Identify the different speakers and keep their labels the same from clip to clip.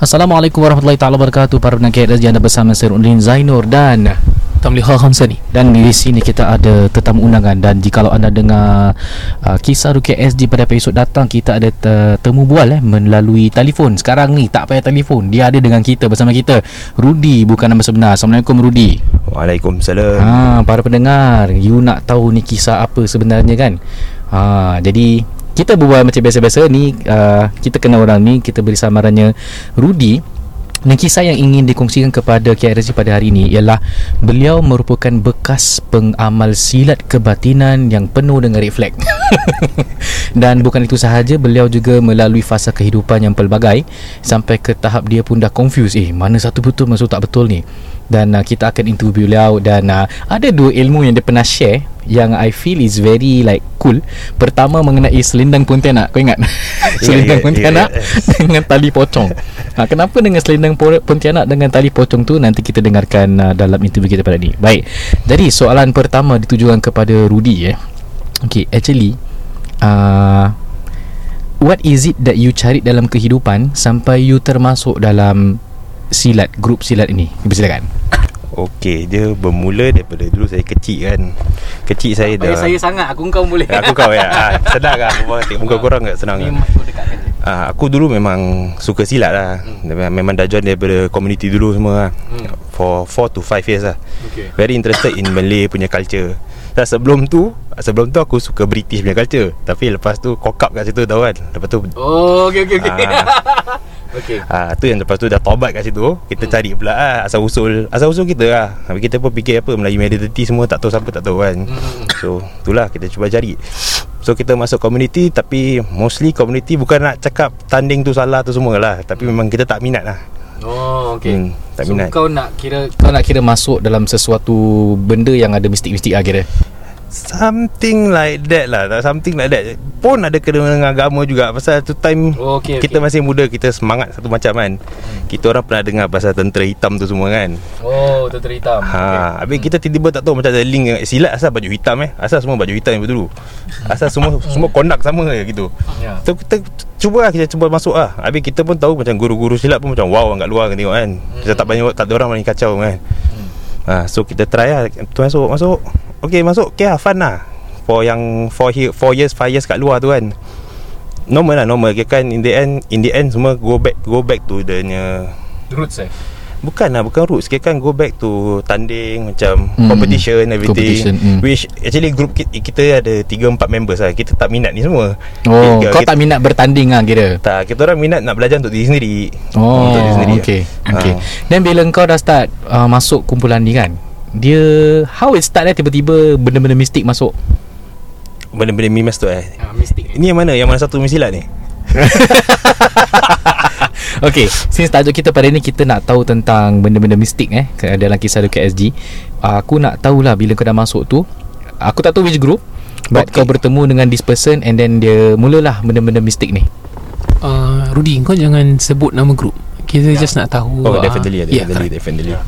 Speaker 1: Assalamualaikum warahmatullahi taala wabarakatuh para pendengar KRSG anda bersama saya Rudin Zainur dan
Speaker 2: Tamliha Hamsani
Speaker 1: dan di sini kita ada tetamu undangan dan jika anda dengar uh, kisah Rukia SG pada episod datang kita ada te- temu bual eh melalui telefon sekarang ni tak payah telefon dia ada dengan kita bersama kita Rudi bukan nama sebenar Assalamualaikum Rudi
Speaker 3: Waalaikumsalam
Speaker 1: ha para pendengar you nak tahu ni kisah apa sebenarnya kan ha jadi kita berbual macam biasa-biasa ni uh, kita kenal orang ni kita beri samarannya Rudi dan kisah yang ingin dikongsikan kepada KRSG pada hari ini ialah beliau merupakan bekas pengamal silat kebatinan yang penuh dengan red flag. Dan bukan itu sahaja, beliau juga melalui fasa kehidupan yang pelbagai sampai ke tahap dia pun dah confused. Eh, mana satu betul, mana satu tak betul ni? Dan uh, kita akan interview beliau dan uh, ada dua ilmu yang dia pernah share yang I feel is very like cool. Pertama mengenai selendang pontianak. Kau ingat? selendang
Speaker 3: ingat,
Speaker 1: pontianak
Speaker 3: ingat.
Speaker 1: dengan tali pocong. Ha, kenapa dengan selendang por- Pontianak dengan tali pocong tu nanti kita dengarkan uh, dalam interview kita pada ni. Baik. Jadi soalan pertama ditujukan kepada Rudy eh. Okay, actually uh, what is it that you cari dalam kehidupan sampai you termasuk dalam silat grup silat ini? Silakan.
Speaker 3: Okey dia bermula daripada dulu saya kecil kan Kecil saya dah
Speaker 2: sangat Aku kau boleh
Speaker 3: Aku kau ya ha, Senang lah Aku tengok muka korang tak senang kan ha, Aku dulu memang suka silat lah Memang- Memang dah join daripada community dulu semua lah For 4 to 5 years lah
Speaker 2: Okay
Speaker 3: Very interested in Malay punya culture Dan sebelum tu Sebelum tu aku suka British punya culture Tapi lepas tu cock up kat situ tau kan Lepas tu
Speaker 2: Oh okay okay okay
Speaker 3: ah,
Speaker 2: Okay
Speaker 3: Ah tu yang lepas tu dah taubat kat situ. Kita hmm. cari pula ah, asal usul. Asal usul kita lah. Habis kita pun fikir apa Melayu identity semua tak tahu siapa tak tahu kan.
Speaker 2: Hmm.
Speaker 3: Hmm. So itulah kita cuba cari. So kita masuk community tapi mostly community bukan nak cakap tanding tu salah tu semua lah tapi memang kita tak minat lah.
Speaker 1: Ah.
Speaker 2: Oh okay
Speaker 3: Hmm, tak
Speaker 2: so,
Speaker 3: minat.
Speaker 2: kau nak kira
Speaker 1: Kau nak kira masuk dalam sesuatu benda yang ada mistik-mistik lah kira.
Speaker 3: Something like that lah Tak, Something like that Pun ada kena dengan agama juga Pasal tu time
Speaker 2: Oh, okey,
Speaker 3: Kita
Speaker 2: okey. Hmm.
Speaker 3: masih muda Kita semangat satu macam kan Kita orang pernah dengar Pasal tentera hitam tu semua kan
Speaker 2: Oh tentera hitam
Speaker 3: Ha, okay. habis kita tiba-tiba tak tahu macam ada link dengan silat asal baju hitam eh. Asal semua baju hitam dulu. Asal semua semua conduct sama je gitu.
Speaker 2: Ya.
Speaker 3: So kita cuba lah, kita cuba masuk ah. Habis kita pun tahu macam guru-guru silat pun macam wow kat luar kan tengok kan. Kita tak banyak tak ada orang main kacau kan. Ha, so kita try lah tu masuk masuk. Okey masuk okay lah fun lah. For yang for here 4 years 5 years kat luar tu kan. Normal lah normal Kira kan in the end in the end semua go back go back to the punya
Speaker 2: Roots eh
Speaker 3: Bukan lah Bukan roots Kita kan go back to Tanding Macam
Speaker 1: Mm,
Speaker 3: mm, competition everything
Speaker 1: competition, mm.
Speaker 3: Which Actually group kita, kita ada 3-4 members lah Kita tak minat ni semua
Speaker 1: Oh,
Speaker 3: kita,
Speaker 1: kau tak minat bertanding lah kira.
Speaker 3: tak Kita orang minat nak belajar untuk diri sendiri
Speaker 1: Oh,
Speaker 3: Untuk diri sendiri
Speaker 1: okay,
Speaker 3: Ah.
Speaker 1: okay. Then bila kau dah start uh, masuk kumpulan ni kan, dia how it start eh tiba-tiba benda-benda mistik masuk.
Speaker 3: Benda-benda mimas tu eh
Speaker 2: ha, Mistik
Speaker 3: Ini yang mana? Yang mana satu misilat ni?
Speaker 1: Okay, since tajuk kita pada ni kita nak tahu tentang benda-benda mistik eh ke- dalam kisah Luka SG. Uh, aku nak tahulah bila kau dah masuk tu, aku tak tahu which group but okay.
Speaker 3: Okay.
Speaker 1: kau bertemu dengan this person and then dia mulalah benda-benda mistik ni.
Speaker 3: Eh,
Speaker 4: uh, Rudy kau jangan sebut nama grup kita yeah. just nak tahu
Speaker 3: Oh,
Speaker 4: ah,
Speaker 3: definitely,
Speaker 1: Ya,
Speaker 4: yeah,
Speaker 3: definitely,
Speaker 4: correct.
Speaker 3: definitely.
Speaker 1: Yeah,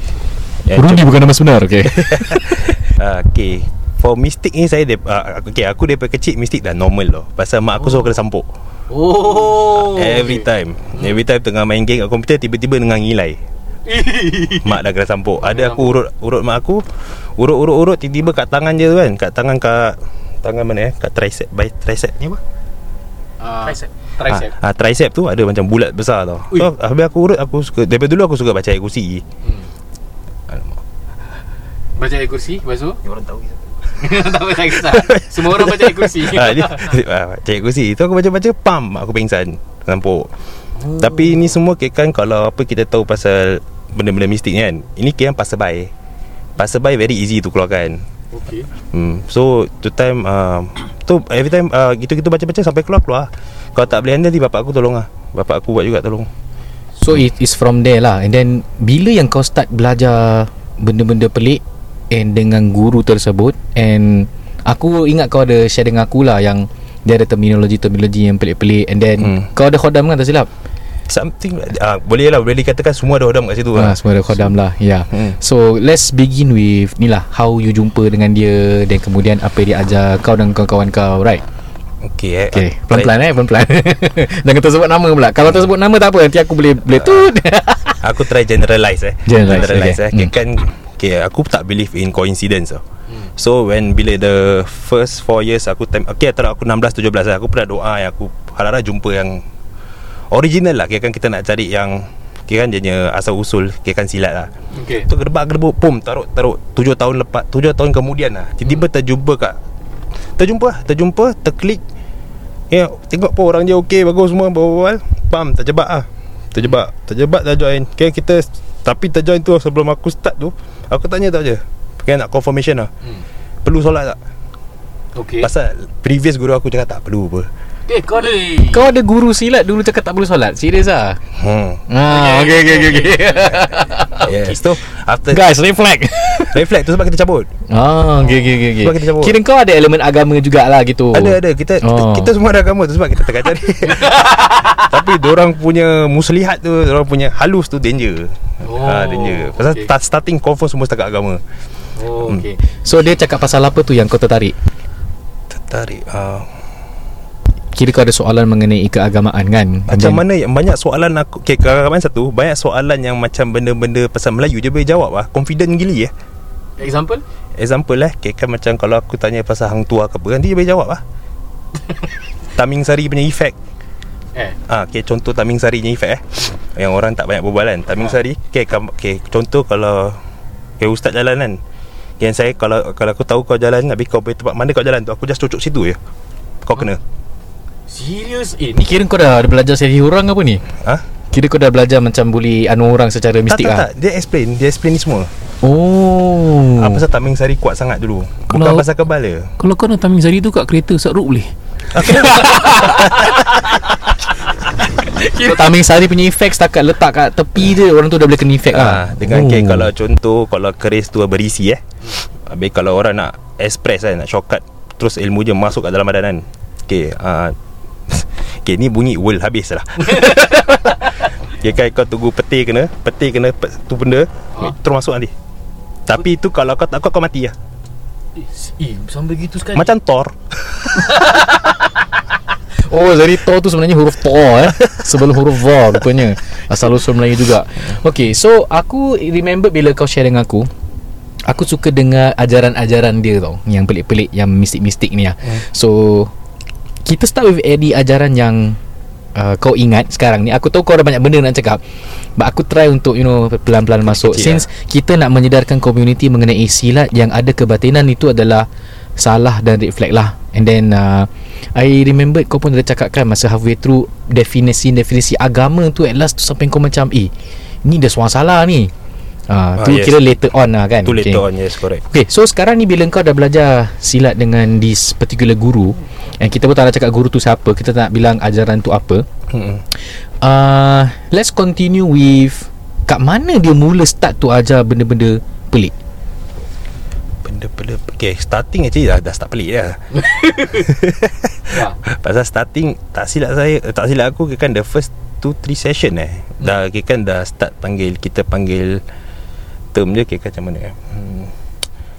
Speaker 3: Yeah, macam-
Speaker 1: bukan nama sebenar, okay.
Speaker 3: Ah, okay. For mistik ni saya uh, Okay aku daripada kecil Mistik dah normal loh Pasal mak aku suruh kena sampuk
Speaker 2: Oh
Speaker 3: Every time Every time tengah main game kat komputer Tiba-tiba dengan ngilai Mak dah kena sampuk Ada aku urut Urut mak aku Urut-urut-urut Tiba-tiba kat tangan je tu kan Kat tangan kat Tangan mana eh Kat tricep by Tricep ni apa?
Speaker 2: Ah, Tricep Tricep
Speaker 3: ha, ha, Tricep tu ada macam bulat besar tau
Speaker 2: Ui.
Speaker 3: so, Habis aku urut aku suka Daripada dulu aku suka baca ayat kursi
Speaker 2: Hmm.
Speaker 3: Alamak
Speaker 2: Baca ayat kursi Lepas tu
Speaker 3: Ni orang tahu ke
Speaker 2: Tak apa tak kisah Semua orang baca ayat kursi
Speaker 3: ha, dia, ha, Cik kursi Tu aku baca-baca Pam Aku pingsan Sampuk oh. Tapi ni semua kira kan Kalau apa kita tahu pasal Benda-benda mistik ni kan Ini kira kan passerby Passerby very easy to keluarkan
Speaker 2: Okay
Speaker 3: hmm. So tu time uh, Tu every time uh, Gitu-gitu baca-baca Sampai keluar-keluar Kalau tak boleh handle Nanti bapak aku tolong lah Bapak aku buat juga tolong
Speaker 1: So it is from there lah And then Bila yang kau start belajar Benda-benda pelik And dengan guru tersebut And Aku ingat kau ada share dengan aku lah Yang Dia ada terminologi-terminologi yang pelik-pelik And then
Speaker 3: Hmm.
Speaker 1: Kau ada khodam kan tak silap?
Speaker 3: Something uh, Boleh lah Boleh dikatakan Semua dah hodam kat situ
Speaker 1: Ha,
Speaker 3: lah
Speaker 1: semua ada khodam lah Ya yeah.
Speaker 3: Hmm.
Speaker 1: So let's begin with Ni lah How you jumpa dengan dia Dan kemudian apa yang dia ajar Kau dan kawan-kawan kau Right
Speaker 3: Okey eh.
Speaker 1: Okay, pelan-pelan eh, pelan-pelan. Jangan tersebut nama pula. Kalau tersebut nama tak apa, nanti aku boleh boleh tut.
Speaker 3: Baik, Aku try generalize eh.
Speaker 1: Generalize,
Speaker 3: eh.
Speaker 1: okay.
Speaker 3: Okay,
Speaker 1: Hmm.
Speaker 3: kan okay, aku tak believe in coincidence tau. So when bila the first 4 years aku time okay antara aku 16 17 lah, aku pernah doa yang aku harap-harap jumpa yang original lah. Kira kan kita nak cari yang kira kan dia punya asal usul kira kan silat lah.
Speaker 2: Okay.
Speaker 3: Tu gerbak gerbuk pum taruh taruh 7 tahun lepas 7 tahun kemudian lah tiba-tiba terjumpa kat terjumpa lah, terjumpa terklik ya tengok pun orang dia okey bagus semua berbual pam terjebak ah terjebak terjebak dah join okay, kita tapi terjoin tu sebelum aku start tu aku tanya tak je okay, nak confirmation lah
Speaker 2: Hmm. Eh.
Speaker 3: perlu solat tak
Speaker 2: Okay.
Speaker 3: pasal previous guru aku cakap tak perlu apa
Speaker 2: Eh, kau ada
Speaker 1: Kau ada guru silat dulu cakap tak perlu solat. Serius ah.
Speaker 3: hmm
Speaker 1: Ah, okey okey okey okey.
Speaker 3: yes tu after
Speaker 1: Guys, reflect.
Speaker 3: reflect tu sebab kita cabut
Speaker 1: Ah, okey okey okey okey.
Speaker 3: Sebab kita cabut.
Speaker 1: Kira kau ada elemen agama jugalah gitu.
Speaker 3: Ada ada kita, oh. kita
Speaker 1: Oh.
Speaker 3: kita semua ada agama tu sebab kita tengah cari. Tapi orang punya muslihat tu, orang punya halus tu danger.
Speaker 2: Oh,
Speaker 3: Oh, ha, danger. Pasal
Speaker 2: okay.
Speaker 3: okay. starting confirm semua setakat agama.
Speaker 2: Oh, okay.
Speaker 3: Hmm.
Speaker 1: So dia cakap pasal apa tu yang kau tertarik?
Speaker 3: Tertarik. Ha,
Speaker 2: ah.
Speaker 1: Kira kau ada soalan mengenai keagamaan kan?
Speaker 3: macam mana yang banyak soalan aku okay, keagamaan satu, banyak soalan yang macam benda-benda pasal Melayu je boleh jawab ah. Confident gili eh.
Speaker 2: Example?
Speaker 3: Example lah, okay, kan macam kalau aku tanya pasal hang tua ke apa, kan dia boleh jawab ah. Taming Sari punya effect
Speaker 2: Eh.
Speaker 3: Ah, okay, contoh Taming Sari ni Fat eh. Yang orang tak banyak berbual kan. Taming Sari. Okay, kam, okay, contoh kalau okay, ustaz jalan kan. Yang saya kalau kalau aku tahu kau jalan tapi kau pergi tempat mana kau jalan tu aku just cucuk situ je. Kau kena.
Speaker 2: Serius? Eh,
Speaker 1: Ni
Speaker 2: ni
Speaker 1: kira kau dah, ada belajar seri orang apa ni?
Speaker 3: Ha?
Speaker 1: Kira kau dah belajar macam bully anu orang secara
Speaker 3: Tak,
Speaker 1: mistik
Speaker 3: tak, tak.
Speaker 1: ah.
Speaker 3: Dia explain, dia explain ni semua.
Speaker 1: Oh.
Speaker 3: Hmm. Apa pasal Taming Sari kuat sangat dulu. Bukan
Speaker 4: Kalau-
Speaker 3: pasal kebal dia.
Speaker 4: Kalau kau nak taming sari tu kat kereta Ustaz Ruk boleh
Speaker 1: Kira Taming Sari punya efek setakat letak kat tepi je orang tu dah boleh kena efek
Speaker 3: Ah,
Speaker 1: ah.
Speaker 4: Oh.
Speaker 3: dengan okay, kalau contoh kalau keris tu berisi eh. Habis kalau orang nak express kan, nak shortcut terus ilmu je masuk kat dalam badan kan. Okey, ah Okey, ni bunyi world habis lah. okay, kan kau tunggu peti kena, peti kena pe- tu benda
Speaker 2: Ha?
Speaker 3: terus masuk nanti. Tapi tu kalau kau tak kau, kau mati lah
Speaker 2: Eh, eh, sampai gitu sekali.
Speaker 3: Macam Thor
Speaker 1: Oh jadi to tu sebenarnya huruf to eh Sebelum huruf va rupanya Asal usul Melayu juga Okay so aku remember bila kau share dengan aku Aku suka dengar ajaran-ajaran dia tau Yang pelik-pelik Yang mistik-mistik ni lah So Kita start with Eddie ajaran yang uh, Kau ingat sekarang ni Aku tahu kau ada banyak benda nak cakap But aku try untuk you know Pelan-pelan masuk
Speaker 3: Kecil
Speaker 1: Since kita nak menyedarkan community Mengenai silat yang ada kebatinan itu adalah Salah dan red flag lah And then uh, I remember kau pun ada cakapkan Masa halfway through Definisi-definisi agama tu At last tu sampai kau macam Eh ni dah seorang salah ni Ah,
Speaker 3: Ah,
Speaker 1: tu
Speaker 3: yes.
Speaker 1: kira later on lah kan
Speaker 3: Tu later on yes correct
Speaker 1: Okay, so sekarang ni bila kau dah belajar silat dengan this particular guru And kita pun tak nak cakap guru tu siapa Kita tak nak bilang ajaran tu apa
Speaker 3: hmm.
Speaker 1: uh, Let's continue with Kat mana dia mula start tu ajar benda-benda pelik
Speaker 3: Benda-benda Okay starting actually dah, dah start pelik lah. dah
Speaker 2: Ya.
Speaker 3: Pasal starting Tak silap saya eh, Tak silap aku kan The first 2-3 session eh hmm. Dah kan dah start panggil Kita panggil Term je kira macam mana eh? hmm.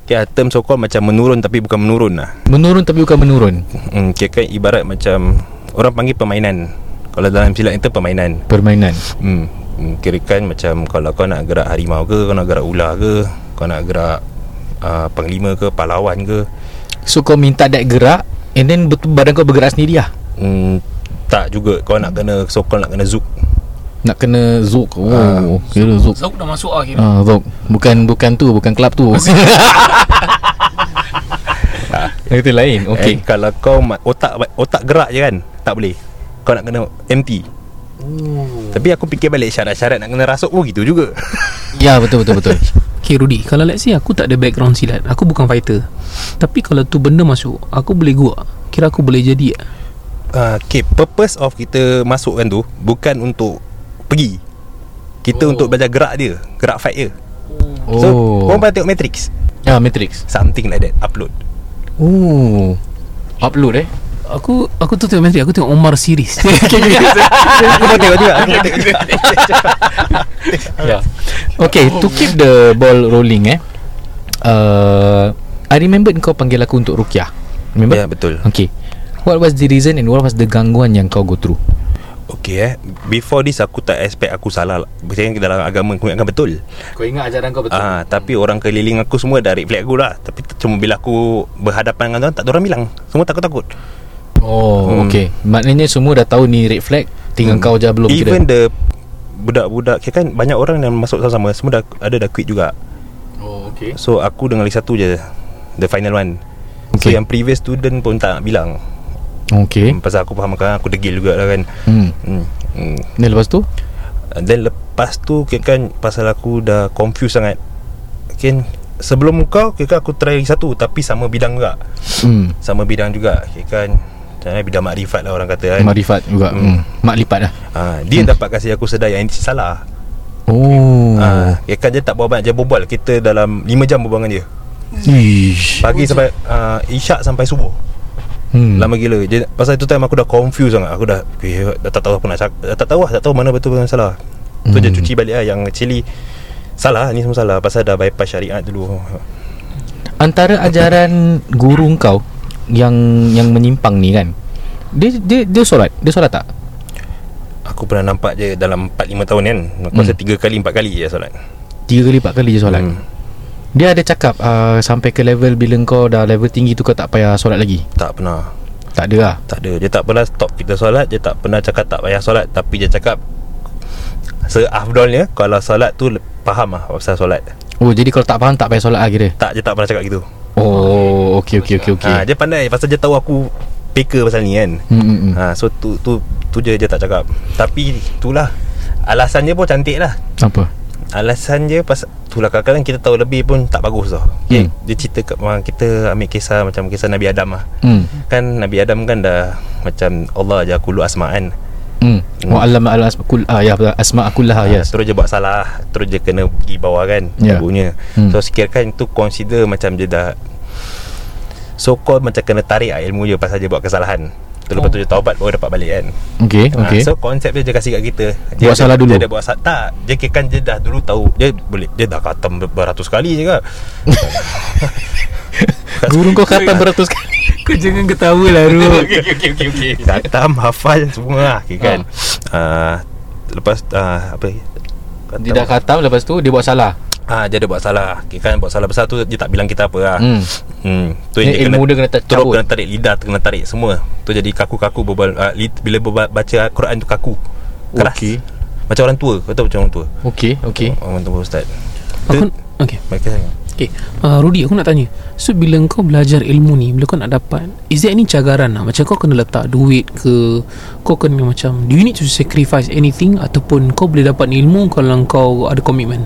Speaker 3: Okay, term so called macam menurun Tapi bukan menurun lah
Speaker 1: Menurun tapi bukan menurun
Speaker 3: hmm, Kira kan ibarat macam Orang panggil permainan Kalau dalam silat itu permainan
Speaker 1: Permainan
Speaker 3: hmm. hmm, Kira kan macam Kalau kau nak gerak harimau ke Kau nak gerak ular ke Kau nak gerak uh, Panglima ke Pahlawan ke
Speaker 1: So kau minta that gerak And then betul badan kau bergerak sendiri lah
Speaker 3: hmm, Tak juga Kau nak kena So kau nak kena zook
Speaker 1: Nak kena zouk Oh, uh, kira zouk
Speaker 4: Zauk dah masuk lah
Speaker 1: Ah, Vogue. Bukan bukan tu, bukan kelab tu. Itu lain. Okey.
Speaker 3: Okay. Eh, kalau kau ma- otak otak gerak je kan, tak boleh. Kau nak kena empty.
Speaker 2: Oh.
Speaker 3: Tapi aku fikir balik syarat-syarat nak kena rasuk pun gitu juga.
Speaker 1: Ya, betul betul betul.
Speaker 4: Okay Rudy Kalau let's say aku tak ada background silat Aku bukan fighter Tapi kalau tu benda masuk Aku boleh gua Kira aku boleh jadi tak?
Speaker 3: Uh, okay, purpose of kita masukkan tu bukan untuk pergi. Kita
Speaker 2: Oh.
Speaker 3: oh. untuk belajar gerak dia, gerak fight dia.
Speaker 1: Oh.
Speaker 3: So, korang pernah tengok Matrix?
Speaker 1: ah, Matrix.
Speaker 3: Something like that, upload.
Speaker 1: Oh. Upload eh.
Speaker 4: Aku Aku tu tengok Matri Aku tengok Omar series
Speaker 3: aku pun tengok juga. Aku pun tengok juga.
Speaker 1: Yeah.
Speaker 3: Ya.
Speaker 1: Okay, to keep the ball rolling eh. Uh, I remember kau panggil aku untuk rukyah. Remember?
Speaker 3: Ya, betul.
Speaker 1: Okey. What was the reason and what was the gangguan yang kau go through?
Speaker 3: Okay eh Before this aku tak expect aku salah lah Maksudnya dalam agama aku ingatkan betul
Speaker 2: Kau ingat ajaran kau betul
Speaker 3: Ah, Tapi orang keliling aku semua dah red flag aku lah Tapi t- cuma bila aku berhadapan dengan orang Tak ada orang bilang Semua takut-takut
Speaker 1: Oh,
Speaker 3: Hmm.
Speaker 1: okay. Maknanya semua dah tahu ni red flag, tinggal
Speaker 3: Hmm.
Speaker 1: kau je belum kira.
Speaker 3: Even the Budak-budak kira kan banyak orang yang masuk sama-sama Semua dah ada dah quit juga
Speaker 2: Oh okay
Speaker 3: So aku dengan lagi satu je The final one okay. So
Speaker 1: Okay.
Speaker 3: yang previous student pun tak nak bilang
Speaker 1: Okay.
Speaker 3: okay. Pasal aku faham kan Aku degil juga lah kan
Speaker 1: Hmm.
Speaker 3: hmm. Hmm.
Speaker 1: Dan lepas tu?
Speaker 3: And Then lepas tu kira kan Pasal aku dah confused sangat Kan Sebelum kau kira kan aku try lagi satu Tapi sama bidang juga
Speaker 1: Hmm.
Speaker 3: Sama bidang juga Kira kan dan Bidang makrifat lah orang kata kan
Speaker 1: Marifat juga.
Speaker 3: Hmm.
Speaker 1: Hmm. Mak lipat lah.
Speaker 3: ha, Dia dapat kasih aku sedar yang ini salah
Speaker 1: Oh.
Speaker 3: ha, Kira kan dia tak berbual banyak Dia berbual Kita dalam 5 jam berbual dengan dia
Speaker 1: Ish.
Speaker 3: Pagi sampai uh, Isyak sampai subuh
Speaker 1: Hmm.
Speaker 3: Lama gila Dia, Pasal itu time aku dah confused sangat Aku dah okay, Dah tak tahu apa nak cakap Dah tak tahu lah Tak tahu mana betul mana salah Tu je
Speaker 1: Hmm.
Speaker 3: cuci balik lah Yang actually Salah ni semua salah Pasal dah bypass syariat dulu
Speaker 1: Antara ajaran guru kau yang yang menyimpang ni kan. Dia dia dia solat. Dia solat tak?
Speaker 3: Aku pernah nampak je Dalam 4-5 tahun kan Aku rasa
Speaker 1: Hmm.
Speaker 3: 3 kali 4 kali je solat
Speaker 1: Tiga kali empat kali je solat.
Speaker 3: Hmm.
Speaker 1: Dia ada cakap uh, sampai ke level bila kau dah level tinggi tu kau tak payah solat lagi.
Speaker 3: Tak pernah
Speaker 1: Tak ada lah.
Speaker 3: Tak ada Dia tak pernah stop kita solat Dia tak pernah cakap tak payah solat Tapi dia cakap Seafdolnya Kalau solat tu le- Faham lah Pasal solat
Speaker 1: Oh, jadi kalau tak faham tak payah solat lah kira.
Speaker 3: Tak dia tak pernah cakap gitu
Speaker 1: Oh, okey okey okey
Speaker 3: okay. ha,
Speaker 1: okey.
Speaker 3: Dia pandai Pasal dia tahu aku Peka pasal ni kan
Speaker 1: Hmm hmm. hmm.
Speaker 3: ha, So tu tu tu je dia tak cakap Tapi itulah Alasan dia pun cantik lah
Speaker 1: Apa?
Speaker 3: Alasan dia pasal Itulah kadang-kadang kita tahu lebih pun tak bagus tau
Speaker 1: Hmm.
Speaker 3: hmm. Dia cerita kat ma- kita ambil kisah macam kisah Nabi Adam lah
Speaker 1: Hmm.
Speaker 3: Kan Nabi Adam kan dah Macam Allah je aku lu asma'an
Speaker 1: Hmm.
Speaker 3: Hmm.
Speaker 1: Wa allama al asma kul ah ya asma kullaha
Speaker 3: Ah,
Speaker 1: yes.
Speaker 3: Terus je buat salah Terus je kena pergi bawah kan
Speaker 1: Ya.
Speaker 3: Ibunya
Speaker 1: Hmm.
Speaker 3: So sekirkan tu consider macam dia dah So called macam kena tarik lah ilmu je Pasal dia buat kesalahan Terus lepas tu dia taubat Baru dapat balik kan
Speaker 1: Okey okey.
Speaker 3: Okay. Ha, so konsep dia dia kasih kat kita.
Speaker 1: Buat salah dulu.
Speaker 3: Dia dah buat salah tak. Dia kira kan dia dah dulu tahu dia boleh dia dah khatam ber- beratus kali je kan.
Speaker 1: Guru kau khatam beratus kali.
Speaker 4: Kau jangan ketawa lah Ruk
Speaker 2: Okay okay okay okay, okay.
Speaker 3: Khatam hafal semua lah kira kan. Ha. Uh, lepas uh, apa
Speaker 1: Ah. Dia dah khatam lepas tu dia buat salah.
Speaker 3: Ah ha, dia ada buat salah. Kira kan buat salah besar tu dia tak bilang kita apa lah.
Speaker 1: Hmm.
Speaker 3: Hmm. Tu
Speaker 1: Dia
Speaker 3: yang dia kena
Speaker 1: ilmu dia kena tak
Speaker 3: terus
Speaker 1: cabut.
Speaker 3: kena tarik lidah kena tarik semua. Tu jadi kaku-kaku berbual, uh, li, bila berbual, baca Quran tu kaku. Keras.
Speaker 1: Okey.
Speaker 3: Macam orang tua. Kau tahu macam orang tua.
Speaker 1: Okey okey.
Speaker 3: Orang tua ustaz.
Speaker 4: Aku Okay
Speaker 3: Mereka sangat.
Speaker 4: Okay uh, Rudy aku nak tanya So bila kau belajar ilmu ni Bila kau nak dapat Is there any cagaran lah Macam kau kena letak duit ke Kau kena macam Do you need to sacrifice anything Ataupun kau boleh dapat ilmu Kalau kau ada komitmen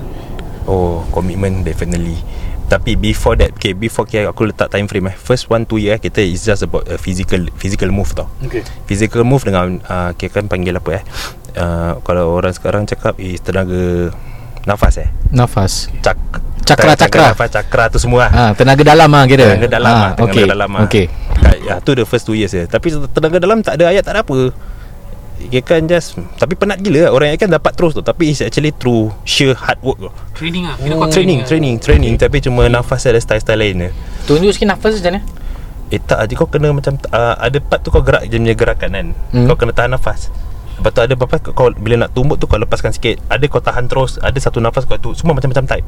Speaker 3: Oh Commitment definitely Tapi before that Okay before okay, Aku letak time frame eh First one two year eh, Kita is just about uh, Physical physical move tau
Speaker 2: Okay
Speaker 3: Physical move dengan uh, Kira kan panggil apa eh uh, Kalau orang sekarang cakap Is tenaga Nafas eh
Speaker 1: Nafas.
Speaker 3: Cak
Speaker 1: Cakra,
Speaker 3: tenaga
Speaker 1: cakra.
Speaker 3: Nafas cakra tu semua lah.
Speaker 1: Ah, tenaga dalam ah kira.
Speaker 3: Tenaga dalam
Speaker 1: Ah,
Speaker 3: ah, Tenaga
Speaker 1: okey,
Speaker 3: dalam
Speaker 1: Okey.
Speaker 3: ya, Tu the first two years je Tapi tenaga dalam tak ada ayat Tak ada apa Kira kan just Tapi penat gila lah. Orang yang kan dapat terus tu Tapi it's actually through Sheer hard work tu
Speaker 4: Training lah
Speaker 1: Hmm,
Speaker 4: Kira
Speaker 3: Oh, training, training, training, Tapi cuma nafas dia ada style-style lain je
Speaker 1: Tunjuk sikit nafas ya. macam mana?
Speaker 3: Eh tak, dia kau kena macam uh, Ada part tu kau gerak Dia punya gerakan kan
Speaker 1: Hmm.
Speaker 3: hmm. Kau kena tahan nafas Lepas tu ada berapa kau, Bila nak tumbuk tu kau lepaskan sikit Ada kau tahan terus Ada satu nafas kau tu Semua macam-macam type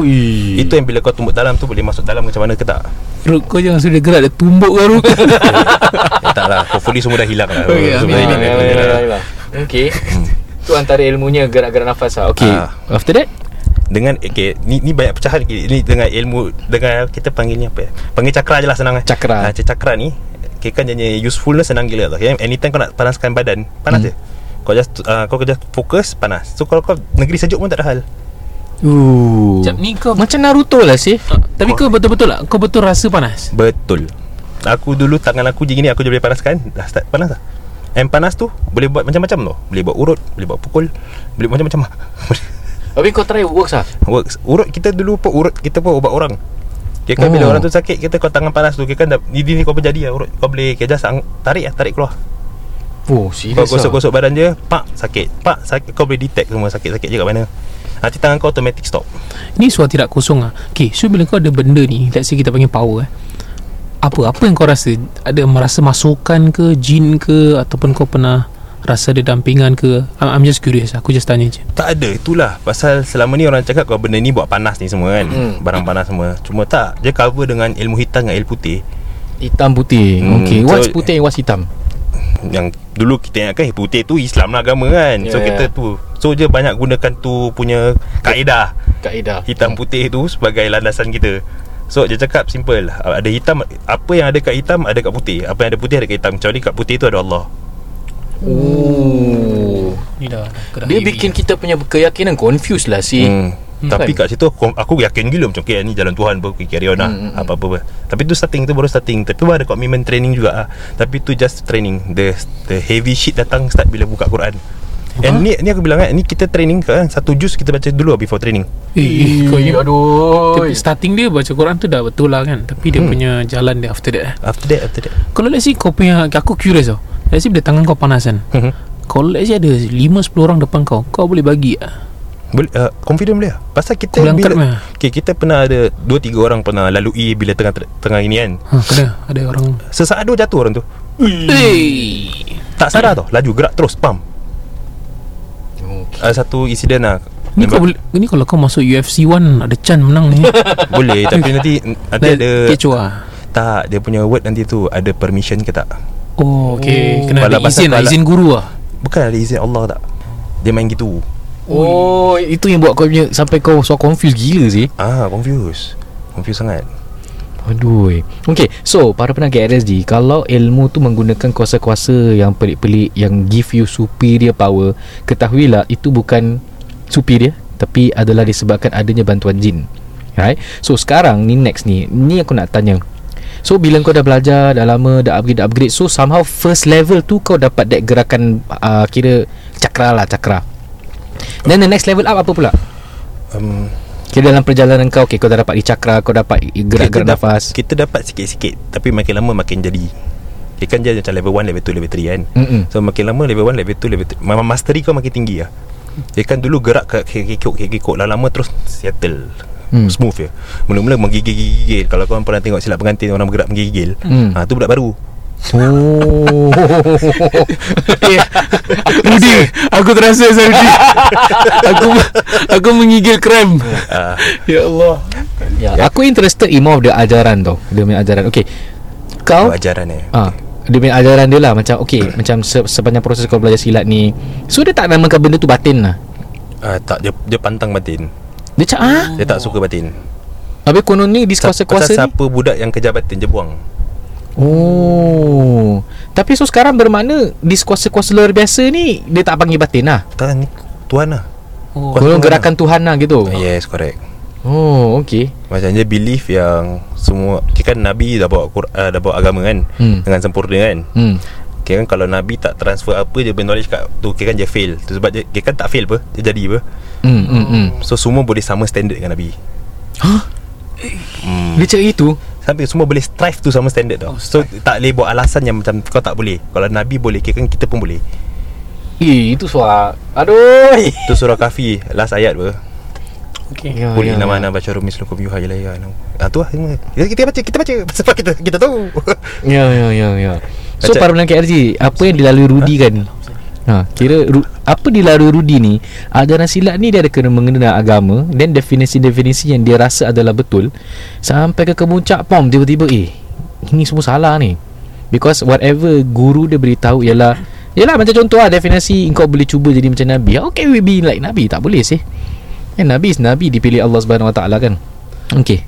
Speaker 1: Ui.
Speaker 3: Itu yang bila kau tumbuk dalam tu Boleh masuk dalam macam mana ke tak
Speaker 4: Ruk kau jangan sudah gerak Dia tumbuk kau Ruk
Speaker 3: eh, Tak lah Hopefully semua dah hilang lah
Speaker 4: Okay,
Speaker 3: Semua
Speaker 4: amin,
Speaker 3: dah
Speaker 4: amin,
Speaker 3: hilang.
Speaker 1: Ya, Okey. Tu antara ilmunya gerak-gerak nafas ah. Okey.
Speaker 3: Ah.
Speaker 1: After that?
Speaker 3: Dengan okay, ni, ni banyak pecahan lagi. Ni dengan ilmu Dengan kita panggil ni apa ya Panggil cakra je lah senang eh.
Speaker 1: Cakra.
Speaker 3: ha, Cakra ni Kira kan dia punya usefulness senang gila tau okay? Anytime kau nak panaskan badan Panas
Speaker 1: Hmm.
Speaker 3: hmm. je Kau just uh, Kau just fokus Panas So kalau kau negeri sejuk pun tak ada hal
Speaker 1: Ooh.
Speaker 4: Sekejap ni kau
Speaker 1: Macam Naruto lah sih.
Speaker 4: Ah, Tapi kau betul-betul lah Kau betul rasa panas
Speaker 3: Betul Aku dulu tangan aku je gini Aku je boleh panaskan Dah start panas dah And panas tu Boleh buat macam-macam tau Boleh buat urut Boleh buat pukul Boleh buat macam-macam lah.
Speaker 1: Tapi kau try works ah.
Speaker 3: Works Urut kita dulu pun Urut kita pun ubat orang Kira kan oh.
Speaker 1: Oh.
Speaker 3: bila orang tu sakit Kita kau tangan panas tu Kira kan dah, ni, ni, ni kau pun jadi lah urut Kau boleh Kira just ang- tarik lah Tarik keluar
Speaker 1: Oh,
Speaker 3: Kau
Speaker 1: serius.
Speaker 3: gosok-gosok badan dia Pak sakit Pak sakit Kau boleh detect semua sakit-sakit je kat mana Nanti tangan kau automatic stop
Speaker 4: ah. Ni suara tidak kosong lah Okay so bila kau ada benda ni Let's say kita panggil power eh apa apa yang kau rasa ada merasa masukan ke jin ke ataupun kau pernah rasa ada dampingan ke I'm, I'm just curious aku just tanya je
Speaker 3: Tak ada itulah Pasal selama ni orang cakap Kalau benda ni buat panas ni semua kan
Speaker 2: Hmm.
Speaker 3: Barang panas semua Cuma tak Dia cover dengan ilmu hitam dengan ilmu putih
Speaker 1: Hitam putih
Speaker 3: Hmm,
Speaker 1: Okay
Speaker 3: so-
Speaker 1: What's putih and what's hitam
Speaker 3: Yang dulu kita ingatkan eh, Putih tu Islam lah agama kan yeah. So
Speaker 2: Yeah.
Speaker 3: kita tu So dia banyak gunakan tu punya kaedah
Speaker 2: Kaedah
Speaker 3: Hitam putih tu sebagai landasan kita So dia cakap simple uh, Ada hitam Apa yang ada kat hitam Ada kat putih Apa yang ada putih ada kat hitam Kecuali kat putih tu ada Allah
Speaker 2: Oh
Speaker 4: ni dah
Speaker 1: Dia bikin kita punya keyakinan Confused lah si hmm.
Speaker 3: hmm. Tapi kat situ aku, aku yakin gila macam Okay ni jalan Tuhan pun Carry on lah hmm. Apa-apa pun. Tapi tu starting tu baru starting Tapi tu ada commitment training juga lah. Tapi tu just training The the heavy shit datang start bila buka Quran And ni, ni aku bilang kan Ni kita training kan Satu juz kita baca dulu lah Before training
Speaker 4: eh, eh, kau ingat
Speaker 2: Aduh
Speaker 4: tapi starting dia baca Quran tu dah betul lah kan Tapi dia punya jalan dia after that eh.
Speaker 3: After that After that
Speaker 4: Kalau let's say kau punya Aku curious tau Let's say bila tangan kau panas kan
Speaker 3: Mhm.
Speaker 4: Kalau let's say ada 5-10 orang depan kau Kau boleh bagi ah?
Speaker 3: boleh, uh, Confident boleh lah Pasal kita
Speaker 4: Kau angkat
Speaker 3: bila,
Speaker 4: meh.
Speaker 3: okay, Kita pernah ada Dua tiga orang pernah lalui Bila tengah tengah ini kan
Speaker 4: ha, Kena ada orang
Speaker 3: Sesaat dua jatuh orang tu
Speaker 4: Hey
Speaker 3: Tak sadar tau Laju gerak terus Pam
Speaker 2: Okay.
Speaker 3: uh, Satu insiden lah
Speaker 4: Ni kau boleh Ni kalau kau masuk UFC 1 Ada chance menang ni
Speaker 3: Boleh Tapi nanti Nanti
Speaker 4: Dia ah.
Speaker 3: ada
Speaker 4: Kecoh
Speaker 3: Tak Dia punya word nanti tu Ada permission ke tak
Speaker 4: Oh okay
Speaker 2: Oh.
Speaker 4: Kena ada
Speaker 3: Kalau pasal
Speaker 4: izin lah
Speaker 3: kalau-
Speaker 4: Izin guru lah
Speaker 3: Bukan ada izin Allah tak Dia main gitu
Speaker 1: Oh Itu yang buat kau punya Sampai kau so confused gila sih
Speaker 3: Ah confuse Confuse sangat
Speaker 1: Aduh Okay So para penagih RSD Kalau ilmu tu menggunakan kuasa-kuasa Yang pelik-pelik Yang give you superior power Ketahuilah Itu bukan superior Tapi adalah disebabkan adanya bantuan jin Right So sekarang ni next ni Ni aku nak tanya So bila kau dah belajar Dah lama Dah upgrade dah upgrade So somehow first level tu Kau dapat that gerakan uh, Kira Cakra lah cakra Then the next level up apa pula?
Speaker 3: um,
Speaker 1: Kira dalam perjalanan kau Okay kau dah dapat di cakra Kau dapat gerak-gerak
Speaker 3: kita, dapat,
Speaker 1: nafas
Speaker 3: kita dapat sikit-sikit Tapi makin lama makin jadi Dia kan dia macam level 1, level 2, level 3 kan
Speaker 1: Mm-mm.
Speaker 3: So makin lama level 1, level 2, level 3 Memang mastery kau makin tinggi lah Dia kan dulu gerak ke kekok kekok Lama-lama terus settle
Speaker 1: Hmm.
Speaker 3: hmm. Smooth je Mula-mula menggigil-gigil Kalau kau pernah tengok silap pengantin Orang bergerak menggigil
Speaker 1: Hmm.
Speaker 3: hmm. ha, Tu budak baru
Speaker 1: Oh. Eh,
Speaker 4: Rudy Aku terasa saya Rudy Aku Aku mengigil krem
Speaker 3: Ah.
Speaker 4: Ya Allah
Speaker 1: ya, aku interested in more of the ajaran tau. Dia punya ajaran. Okey. Kau
Speaker 3: oh. Ajaran eh
Speaker 1: ah, dia punya ajaran dia lah macam okey, macam se- sepanjang proses kau belajar silat ni. So dia tak namakan benda tu batin lah.
Speaker 3: Ah, tak dia, dia pantang batin.
Speaker 1: Dia cak ah.
Speaker 3: Dia tak suka batin.
Speaker 1: Habis konon ni di
Speaker 3: Sa-
Speaker 1: kuasa-kuasa ni.
Speaker 3: siapa budak yang kejar batin dia buang.
Speaker 1: Oh. Tapi so sekarang bermakna di kuasa-kuasa luar biasa ni dia tak panggil batin lah.
Speaker 3: Tak ni tuan lah.
Speaker 4: Oh.
Speaker 3: Kuasa
Speaker 1: Konon
Speaker 3: Tuhan
Speaker 1: gerakan Tuhan lah gitu.
Speaker 3: lah. Yes, correct.
Speaker 1: Oh, okey.
Speaker 3: Macam dia belief yang semua kita kan nabi dah bawa Quran, uh, dah bawa agama kan
Speaker 1: Hmm.
Speaker 3: dengan sempurna kan.
Speaker 1: Hmm.
Speaker 3: Kira kan kalau nabi tak transfer apa je benda knowledge kat tu kira kan dia fail. Tu sebab dia kira kan tak fail apa, dia jadi apa.
Speaker 1: Hmm, hmm, hmm.
Speaker 3: So semua boleh sama standard dengan nabi.
Speaker 1: Dia cakap gitu.
Speaker 3: Sampai semua boleh strive tu sama standard tau.
Speaker 4: Oh,
Speaker 3: so tak boleh buat alasan yang macam kau tak boleh. Kalau nabi boleh kira kan kita pun boleh.
Speaker 1: Eh, itu suara. Aduh.
Speaker 3: Tu surah kahfi last ayat apa?
Speaker 4: Okay
Speaker 1: Ya,
Speaker 3: Kul
Speaker 1: ya,
Speaker 3: inna
Speaker 1: ya.
Speaker 3: mana baca rumis lukum yuha ilaiya Ah tu lah semua. Kita, kita baca kita baca sebab kita kita tahu.
Speaker 1: Ya ya ya ya. So
Speaker 3: Macam-
Speaker 1: para penang KRG, apa yang dilalui Rudi kan? Ha, kira Ru, apa dilalui Rudi ni, ajaran silat ni dia ada kena mengena agama dan definisi-definisi yang dia rasa adalah betul sampai ke kemuncak pom tiba-tiba eh ini semua salah ni. Because whatever guru dia beritahu ialah Yalah macam contoh lah Definisi kau boleh cuba jadi macam Nabi How can we be like Nabi? Tak boleh sih Eh Nabi is Nabi Dipilih Allah SWT kan Okay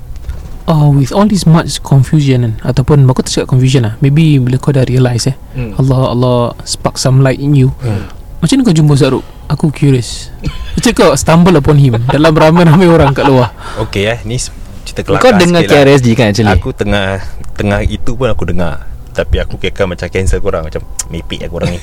Speaker 4: uh, With all this much confusion kan Ataupun Aku tak cakap confusion lah Maybe bila kau dah realise eh
Speaker 2: Hmm.
Speaker 4: Allah Allah Spark some light in you Macam mana kau jumpa Zaruk? Aku curious Macam kau stumble upon him Dalam ramai-ramai orang kat luar
Speaker 3: Okey eh ni s- cerita
Speaker 1: Kau
Speaker 3: kelakar
Speaker 1: dengar
Speaker 3: sikit lah.
Speaker 1: KRSG kan actually?
Speaker 3: Aku tengah tengah itu pun aku dengar. Tapi aku kira macam cancel korang macam mepek lah korang ni.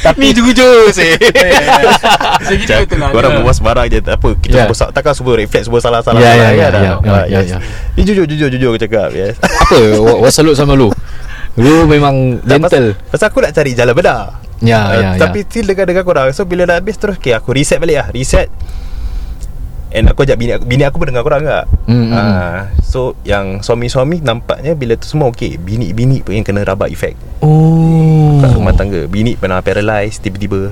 Speaker 1: Tapi jujur sih
Speaker 2: oh,
Speaker 3: Macam korang berbual sembarang je tak apa. Kita
Speaker 1: Ya.
Speaker 3: yeah. bosak takkan semua refleks semua salah-salah.
Speaker 1: Ya, ya,
Speaker 3: salah,
Speaker 1: ya,
Speaker 3: kan?
Speaker 1: ya,
Speaker 3: Ah,
Speaker 1: ya,
Speaker 3: yes.
Speaker 1: ya.
Speaker 3: Ni jujur jujur jujur aku cakap yes.
Speaker 1: Apa Wak wak salut sama lu Lu memang gentle
Speaker 3: Pasal, pasal aku nak cari jalan benar.
Speaker 1: Ya
Speaker 3: Ah,
Speaker 1: ya ya
Speaker 3: Tapi still dengar-dengar korang So bila dah habis terus Okay aku reset balik lah Reset And aku ajak bini aku Bini aku pun dengar korang juga
Speaker 1: Hmm, hmm,
Speaker 3: Ah, So yang suami-suami Nampaknya bila tu semua okay Bini-bini pun yang kena rabak effect
Speaker 1: Oh.
Speaker 3: Kat rumah tangga Bini pernah paralyzed Tiba-tiba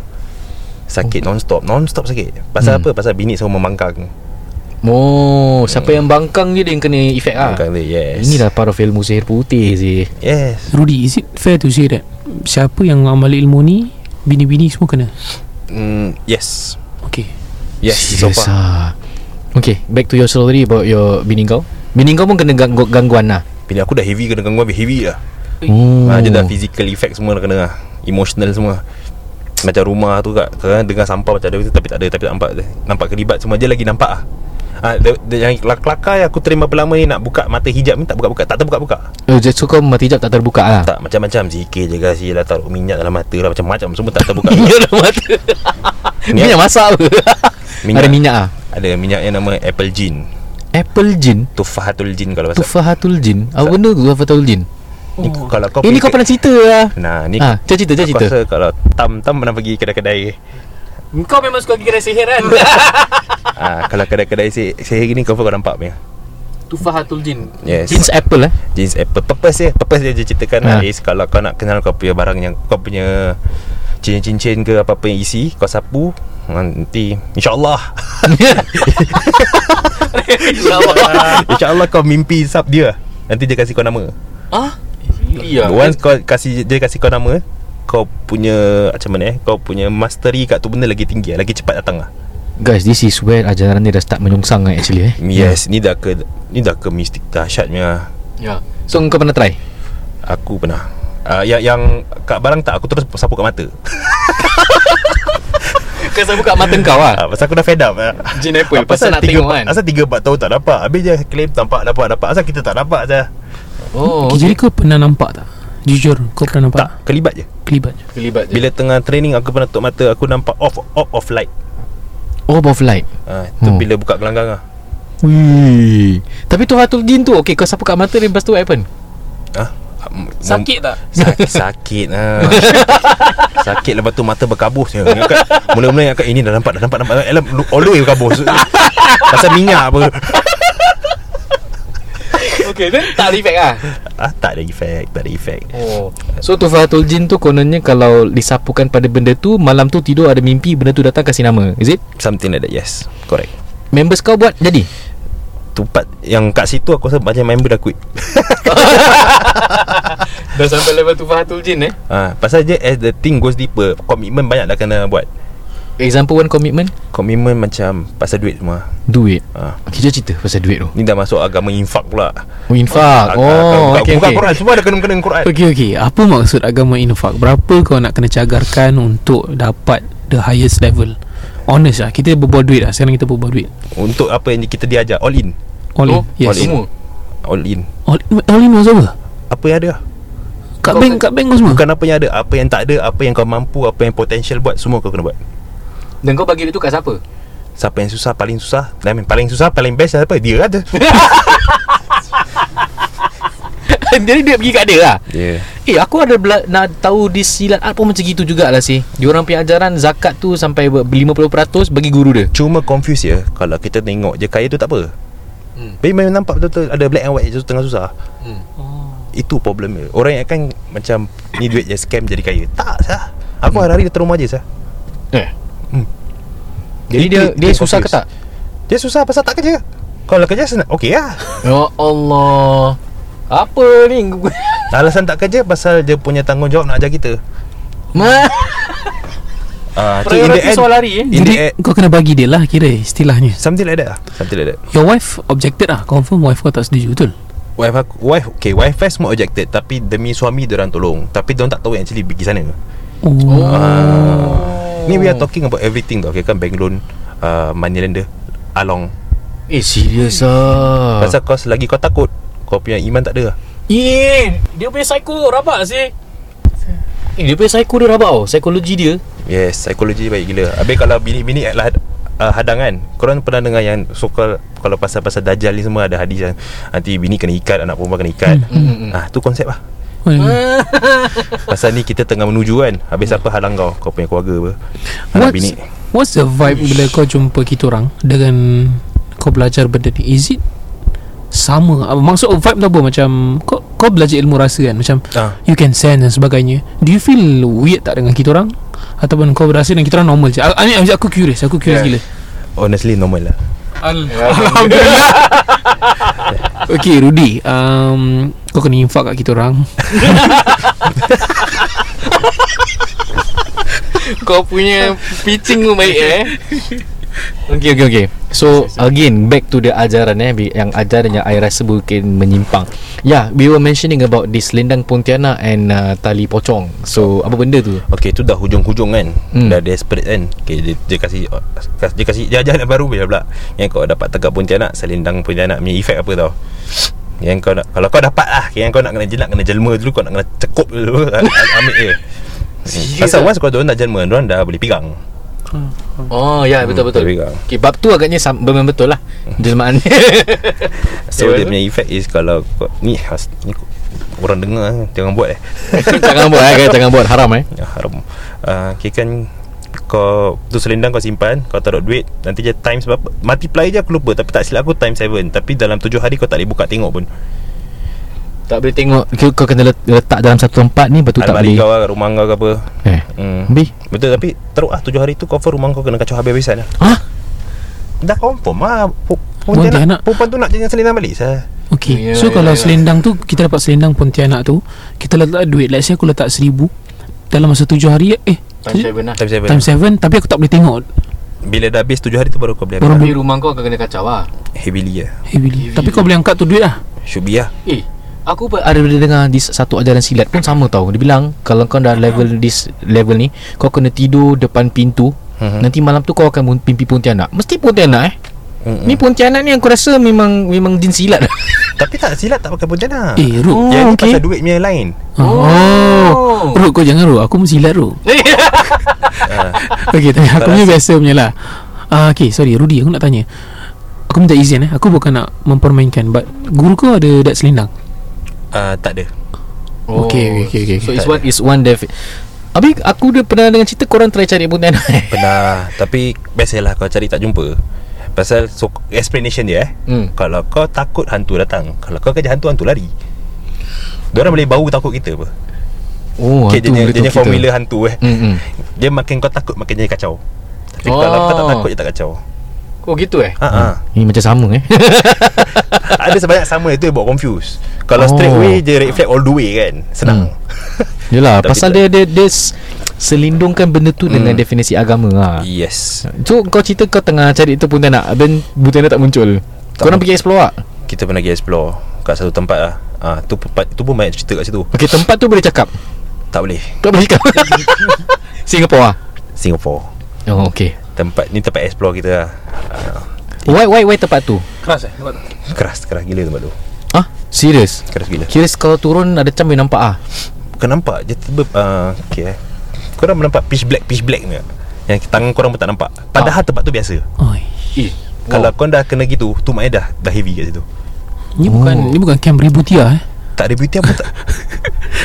Speaker 3: Sakit non-stop Non-stop sakit
Speaker 1: Oh.
Speaker 3: Pasal
Speaker 1: Hmm. Ah.
Speaker 3: apa? Pasal bini semua membangkang
Speaker 1: Oh, siapa yang bangkang je dia yang kena efek ah.
Speaker 3: Membangkang dia yes
Speaker 1: Inilah para ilmu sihir putih sih.
Speaker 3: Yes
Speaker 4: Rudy is it fair to say that Siapa yang amal ilmu ni Bini-bini semua kena
Speaker 3: mm, Yes
Speaker 4: Okay
Speaker 3: Yes So
Speaker 1: Serious
Speaker 3: far
Speaker 1: ah. Okay, back to your story about your bini kau. Bini kau pun kena ganggu gangguan lah.
Speaker 3: Bini aku dah heavy Kena gangguan heavy lah
Speaker 1: Oh.
Speaker 3: ha, Dia dah physical effect semua dah kena lah. Emotional semua Macam rumah tu kat kadang Dengar sampah macam ada Tapi tak ada Tapi tak nampak Nampak kelibat semua Dia lagi nampak lah ha, dia, dia, Yang kelakar yang aku terima berapa lama ni Nak buka mata hijab ni Tak buka-buka Tak terbuka-buka
Speaker 1: Oh, jadi so kau mati hijab tak terbuka lah.
Speaker 3: Tak macam-macam Zikir je kasi lah Taruh minyak dalam mata lah Macam-macam Semua tak terbuka
Speaker 1: Minyak dalam mata. minyak masak apa?
Speaker 3: Minyak.
Speaker 1: Ada minyak ah.
Speaker 3: Ada minyak yang nama Apple Gin
Speaker 1: Apple gin,
Speaker 3: Tufahatul Jin kalau pasal
Speaker 1: tufahatul gin. Apa benda tufahatul gin?
Speaker 3: Oh. Eh, ni, Kalau kau
Speaker 1: Ini kau
Speaker 3: pergi
Speaker 1: pernah cerita lah.
Speaker 3: ke- Nah ni
Speaker 1: Ah, cerita cerita
Speaker 3: Aku
Speaker 1: cerita.
Speaker 3: rasa kalau Tam-tam pernah pergi kedai-kedai
Speaker 2: Kau memang suka pergi kedai sihir kan?
Speaker 3: ah, Kalau kedai-kedai si, Saya gini kau kau nampak punya
Speaker 2: Tufahatul Jin.
Speaker 3: Yes
Speaker 1: Jeans apple eh.
Speaker 3: jeans apple purpose dia purpose dia, dia ceritakan
Speaker 1: Ha.
Speaker 3: ha. is kalau kau nak kenal kau punya barang yang kau punya cincin-cincin ke apa-apa yang isi kau sapu nanti insyaallah insyaallah kau mimpi sap dia nanti dia kasih kau nama
Speaker 1: Ya,
Speaker 2: Iya.
Speaker 3: once kau kasih dia kasih kau nama kau punya macam mana eh kau punya mastery kat tu benda lagi tinggi lagi cepat datang lah
Speaker 1: Guys, this is where ajaran ni dah start menyongsang eh, actually eh.
Speaker 3: yes ni dah ke ni dah ke mistik dahsyatnya
Speaker 2: Ya.
Speaker 1: So kau pernah try?
Speaker 3: Aku pernah uh, yang, yang kat barang tak Aku terus sapu kat mata
Speaker 1: Kau saya buka mata kau ah.
Speaker 3: ah, Pasal aku dah fed up ah.
Speaker 1: Jin apple,
Speaker 3: Ah,
Speaker 1: pasal
Speaker 3: pasal
Speaker 1: nak
Speaker 3: tiga-
Speaker 1: tengok kan?
Speaker 3: Asal 3-4 tahun tak dapat Habis dia claim nampak dapat dapat Asal kita tak dapat saja
Speaker 1: Oh,
Speaker 4: okay. Jadi kau pernah nampak tak Jujur kau pernah nampak
Speaker 3: Tak kelibat
Speaker 1: Ya.
Speaker 3: je
Speaker 4: Kelibat je
Speaker 2: Kelibat je.
Speaker 3: Bila tengah training Aku pernah tutup mata Aku nampak off off, off light
Speaker 1: orb of light.
Speaker 3: ah, Itu
Speaker 1: Hmm.
Speaker 3: bila buka gelanggang lah
Speaker 1: Wih. Tapi tu hatul jin tu. Okey, kau sapu kat mata ni lepas tu what happen?
Speaker 3: ah, m-
Speaker 2: Sakit tak?
Speaker 3: Sakit Sakit ah. Sakit lepas tu mata berkabus je Ingatkan, Mula-mula ingatkan Ini dah nampak Dah nampak, nampak. Alam, All the way berkabus Pasal minyak apa
Speaker 2: Okay then.
Speaker 1: Tak ada efek ah.
Speaker 3: ah, Tak ada effect Tak ada effect
Speaker 1: Oh. So tufahatul jin tu kononnya kalau disapukan pada benda tu malam tu tidur ada mimpi benda tu datang kasih nama. Is it?
Speaker 3: Something like that Yes Correct
Speaker 1: Members kau buat jadi?
Speaker 3: Tempat yang kat situ Aku rasa macam member dah quit
Speaker 2: Dah sampai level Tufahatul Jin eh.
Speaker 3: Ah, pasal je as the thing goes deeper, komitmen banyak dah kena buat.
Speaker 1: Example one commitment
Speaker 3: Komitmen macam pasal duit semua.
Speaker 1: Duit
Speaker 3: Ah,
Speaker 1: Okay, jom cerita pasal duit tu
Speaker 3: ni dah masuk agama infak pula.
Speaker 1: Oh, infak
Speaker 3: Ag-
Speaker 1: Oh,
Speaker 3: agama-
Speaker 1: okay,
Speaker 3: bukan
Speaker 1: okay.
Speaker 3: Quran, semua ada kena-kena dengan Quran.
Speaker 4: Okey okey, apa maksud agama infak? Berapa kau nak kena cagarkan untuk dapat the highest level? Honest lah, kita berbual duit lah. Sekarang kita berbual duit.
Speaker 3: Untuk apa yang kita diajar all in.
Speaker 4: All in.
Speaker 2: Oh,
Speaker 4: Yes.
Speaker 3: all in.
Speaker 2: Semua.
Speaker 3: All in.
Speaker 4: All in, all in maksud apa?
Speaker 3: Apa yang ada lah.
Speaker 4: Kat
Speaker 2: Kau
Speaker 4: bank,
Speaker 2: kan-
Speaker 4: kat bank kau semua.
Speaker 3: Bukan apa yang ada Apa yang tak ada Apa yang kau mampu Apa yang potential buat Semua kau kena buat
Speaker 2: Dan kau bagi duit tu kat siapa?
Speaker 3: Siapa yang susah Paling susah Dan yang paling susah Paling best siapa Dia lah ada
Speaker 1: Jadi duit pergi kat dia lah
Speaker 3: Dia yeah.
Speaker 1: Eh aku ada bela- nak tahu di silat art pun macam gitu jugalah sih Diorang punya ajaran zakat tu sampai ber- 50% bagi guru dia
Speaker 3: Cuma confuse ya Kalau kita tengok je Kaya tu tak apa
Speaker 2: Hmm.
Speaker 3: Tapi memang nampak betul-betul Ada black and white je Tengah susah
Speaker 2: Hmm.
Speaker 3: Itu problem dia Orang yang akan Macam Ni duit je scam jadi kaya Tak sah Aku hari-hari dia terumah je sah
Speaker 1: Hmm. Eh
Speaker 3: Hmm.
Speaker 1: Jadi dia
Speaker 3: Itu-
Speaker 1: dia
Speaker 3: itu
Speaker 1: susah ke tak?
Speaker 3: confuse. Dia susah pasal tak kerja Kalau kerja senang Okey lah
Speaker 1: Ya Allah Apa ni?
Speaker 3: Alasan tak kerja Pasal dia punya tanggungjawab Nak ajar kita
Speaker 1: Ma-
Speaker 3: Ah, tu in the
Speaker 2: Priority
Speaker 3: end
Speaker 2: soal hari eh.
Speaker 3: in
Speaker 4: Jadi
Speaker 3: the end-
Speaker 4: kau kena bagi dia lah kira istilahnya.
Speaker 3: Something like that lah Something like that
Speaker 4: Your wife objected lah. Confirm wife kau tak setuju betul.
Speaker 3: Wife aku Wife Okay wife first semua objected Tapi demi suami Diorang tolong Tapi diorang tak tahu yang Actually pergi sana
Speaker 4: Oh.
Speaker 3: Ah. Ni we are talking about everything tau Okay kan bank loan uh, Money lender Along
Speaker 1: Eh serius ah
Speaker 3: Pasal kau selagi kau takut Kau punya iman tak ada lah
Speaker 2: Eh, dia punya psycho rabak sih.
Speaker 1: Eh, dia punya psycho dia rabak tau Psikologi dia
Speaker 3: Yes Psikologi baik gila Habis kalau bini-bini Adalah uh, hadang kan Korang pernah dengar yang So called Kalau pasal-pasal dajjal ni semua Ada hadis yang Nanti bini kena ikat Anak perempuan kena ikat
Speaker 1: hmm, hmm.
Speaker 3: Ah, Tu konsep lah
Speaker 4: Well,
Speaker 3: Pasal ni kita tengah menuju kan Habis apa halang kau Kau punya keluarga apa Anak
Speaker 4: what's,
Speaker 3: bini
Speaker 4: what's the vibe bila kau jumpa kita orang dengan kau belajar benda ni Is it sama Ah, Maksud vibe tu apa Macam kau, kau belajar ilmu rasa kan Macam
Speaker 3: Ah.
Speaker 4: You can sense dan sebagainya Do you feel weird tak dengan kita orang Ataupun kau berasa dengan kita orang normal je Ah, ni- Aku curious Aku curious
Speaker 2: Yeah.
Speaker 4: gila
Speaker 3: Honestly normal lah
Speaker 4: Al- Alhamdulillah Okay Rudy um, Kau kena infak kat kita orang
Speaker 2: Kau punya pitching tu baik eh.
Speaker 1: Okay, okay, okay. So again, back to the ajaran eh, bi- yang ajaran yang I rasa mungkin menyimpang. Yeah, we were mentioning about this lendang Pontianak and uh, tali pocong. So apa benda tu?
Speaker 3: Okay tu dah hujung-hujung kan
Speaker 1: Hmm.
Speaker 3: hmm. Dah desperate kan okay, dia, dia kasi Dia kasi Dia ajar anak baru je pula Yang kau dapat tegak Pontianak Selendang Pontianak punya effect apa tau Yang kau nak Kalau kau dapat lah Yang kau nak kena jelak Kena jelma dulu Kau nak kena cekup dulu Ambil je Hmm. Pasal once kau diorang dah jelma Diorang dah boleh pegang
Speaker 1: Oh, ya yeah,
Speaker 3: Hmm,
Speaker 1: betul betul.
Speaker 3: boleh pegang.
Speaker 1: Okay, bab tu agaknya sam- memang betul lah jelmaan.
Speaker 3: So
Speaker 2: Eh,
Speaker 3: dia
Speaker 2: betul.
Speaker 3: punya effect is Kalau kau Ni, has- ni kau- Orang dengar eh, Jangan buat eh
Speaker 1: jangan buat eh, guys, jangan buat haram eh.
Speaker 3: Ya haram uh, Okay kan Kau Tu selendang kau simpan Kau taruh duit Nanti je times berapa Multiply je aku lupa Tapi tak silap aku times 7 Tapi dalam 7 hari kau tak boleh buka tengok pun
Speaker 1: Tak boleh tengok kau, kau kena let- letak dalam satu tempat ni betul tak boleh.
Speaker 3: Almari kau lah Rumah kau ke apa
Speaker 1: Eh.
Speaker 3: hmm.
Speaker 1: Bi.
Speaker 3: Betul tapi Teruk lah 7 hari tu Confirm rumah kau kena kacau habis-habisan lah
Speaker 1: Hah?
Speaker 3: Dah confirm lah Pu-
Speaker 4: Pontianak.
Speaker 3: Pontianak Perempuan tu nak jangan selendang balik sah.
Speaker 4: Okay
Speaker 2: Ya,
Speaker 4: yeah, So
Speaker 2: ya,
Speaker 4: kalau
Speaker 2: ya.
Speaker 4: yeah. selendang tu Kita dapat selendang Pontianak tu Kita letak duit Let's say aku letak seribu Dalam masa tujuh hari Eh
Speaker 2: Time
Speaker 4: tujuh-
Speaker 2: seven lah.
Speaker 3: Times 7
Speaker 4: Time seven Tapi aku tak boleh tengok
Speaker 3: Bila dah habis 7 hari tu baru kau boleh
Speaker 4: Baru
Speaker 3: ambil
Speaker 2: Tapi rumah kau akan kena kacau lah.
Speaker 3: Heavily lah
Speaker 4: Heavily
Speaker 2: Heavily.
Speaker 4: Eh, Tapi kau boleh angkat tu duit lah
Speaker 3: Should be lah
Speaker 2: Eh, aku pun
Speaker 1: Ada bila dengar di satu ajaran silat pun sama tau. Dia bilang kalau kau dah level this level ni, kau kena tidur depan pintu.
Speaker 3: Mhm.
Speaker 1: Nanti malam tu kau akan mun- mimpi Pontianak. Mesti Pontianak eh.
Speaker 3: Mm-mm.
Speaker 1: Ni Pontianak ni aku rasa memang memang jin silat.
Speaker 3: Tapi tak silap tak pakai pontianak
Speaker 4: Eh Ruk
Speaker 3: Yang
Speaker 1: Oh,
Speaker 3: ni
Speaker 1: okay.
Speaker 3: pasal duit punya lain
Speaker 4: Oh Ruk kau jangan Ruk Aku mesti hilat Ruk
Speaker 3: Ah.
Speaker 4: Okay tanya
Speaker 3: Tak
Speaker 4: Aku punya
Speaker 3: rasa.
Speaker 4: biasa punya lah uh, Okay sorry Rudy aku nak tanya Aku minta izin eh Aku bukan nak mempermainkan But guru kau ada dat selendang
Speaker 3: Ah, Tak ada
Speaker 4: Okay, okay, okay, okay.
Speaker 1: Oh, So it's one is one def. Abi aku dah pernah dengan cerita korang try cari Pontianak. eh?
Speaker 3: Pernah Tapi Biasalah kau cari tak jumpa Pasal so, Explanation dia eh
Speaker 1: Hmm.
Speaker 3: hmm. Kalau kau takut hantu datang Kalau kau kerja hantu Hantu lari Diorang boleh bau takut kita apa
Speaker 1: Oh,
Speaker 3: okay,
Speaker 1: hantu
Speaker 3: Dia
Speaker 1: boleh
Speaker 3: punya
Speaker 1: tahu kita.
Speaker 3: formula hantu eh
Speaker 1: Hmm. hmm.
Speaker 3: Dia makin kau takut Makin jadi kacau Tapi oh.
Speaker 2: Oh.
Speaker 3: kalau kau tak takut Dia tak kacau
Speaker 2: Oh gitu eh?
Speaker 3: ha, ha.
Speaker 1: Ni macam sama eh.
Speaker 3: Ada sebanyak sama Itu yang buat confuse Kalau
Speaker 1: Oh. Hmm.
Speaker 3: oh. straight away Dia red flag all the way kan Senang
Speaker 1: Yalah,
Speaker 3: Tapi
Speaker 1: pasal
Speaker 3: tak-
Speaker 1: dia dia, dia s- selindungkan benda tu dengan
Speaker 3: Hmm.
Speaker 1: definisi agama ha.
Speaker 3: Yes
Speaker 1: So kau cerita kau tengah cari tu pun tak nak Then Pontianak tak muncul
Speaker 3: Tak.
Speaker 1: Korang pergi explore ah? tak?
Speaker 3: Kita pernah pergi explore Kat satu tempat lah Ah, tu, pun- tu pun banyak cerita kat situ
Speaker 1: Okay tempat tu boleh cakap
Speaker 3: Tak boleh
Speaker 1: Tak boleh cakap Singapore lah
Speaker 3: Singapore
Speaker 1: Oh okay
Speaker 3: Tempat ni tempat explore kita lah Ah,
Speaker 1: Why why why tempat tu?
Speaker 4: Keras eh nampak tak?
Speaker 3: Keras Keras gila tempat tu
Speaker 1: Ah serius?
Speaker 3: Keras gila
Speaker 1: Kira kalau turun ada cam boleh nampak ah.
Speaker 3: Kau nampak je tiba uh, Okay eh Korang nampak pitch black Pitch black ni tak? Yang tangan korang pun tak nampak
Speaker 1: Ah.
Speaker 3: Padahal tempat tu biasa
Speaker 4: Oi.
Speaker 2: Eh,
Speaker 3: wow. Kalau korang dah kena gitu Tu maknanya dah Dah heavy kat situ
Speaker 4: Ni bukan
Speaker 1: Oh.
Speaker 4: Ni bukan camp Ributia eh
Speaker 3: Tak ada beauty apa tak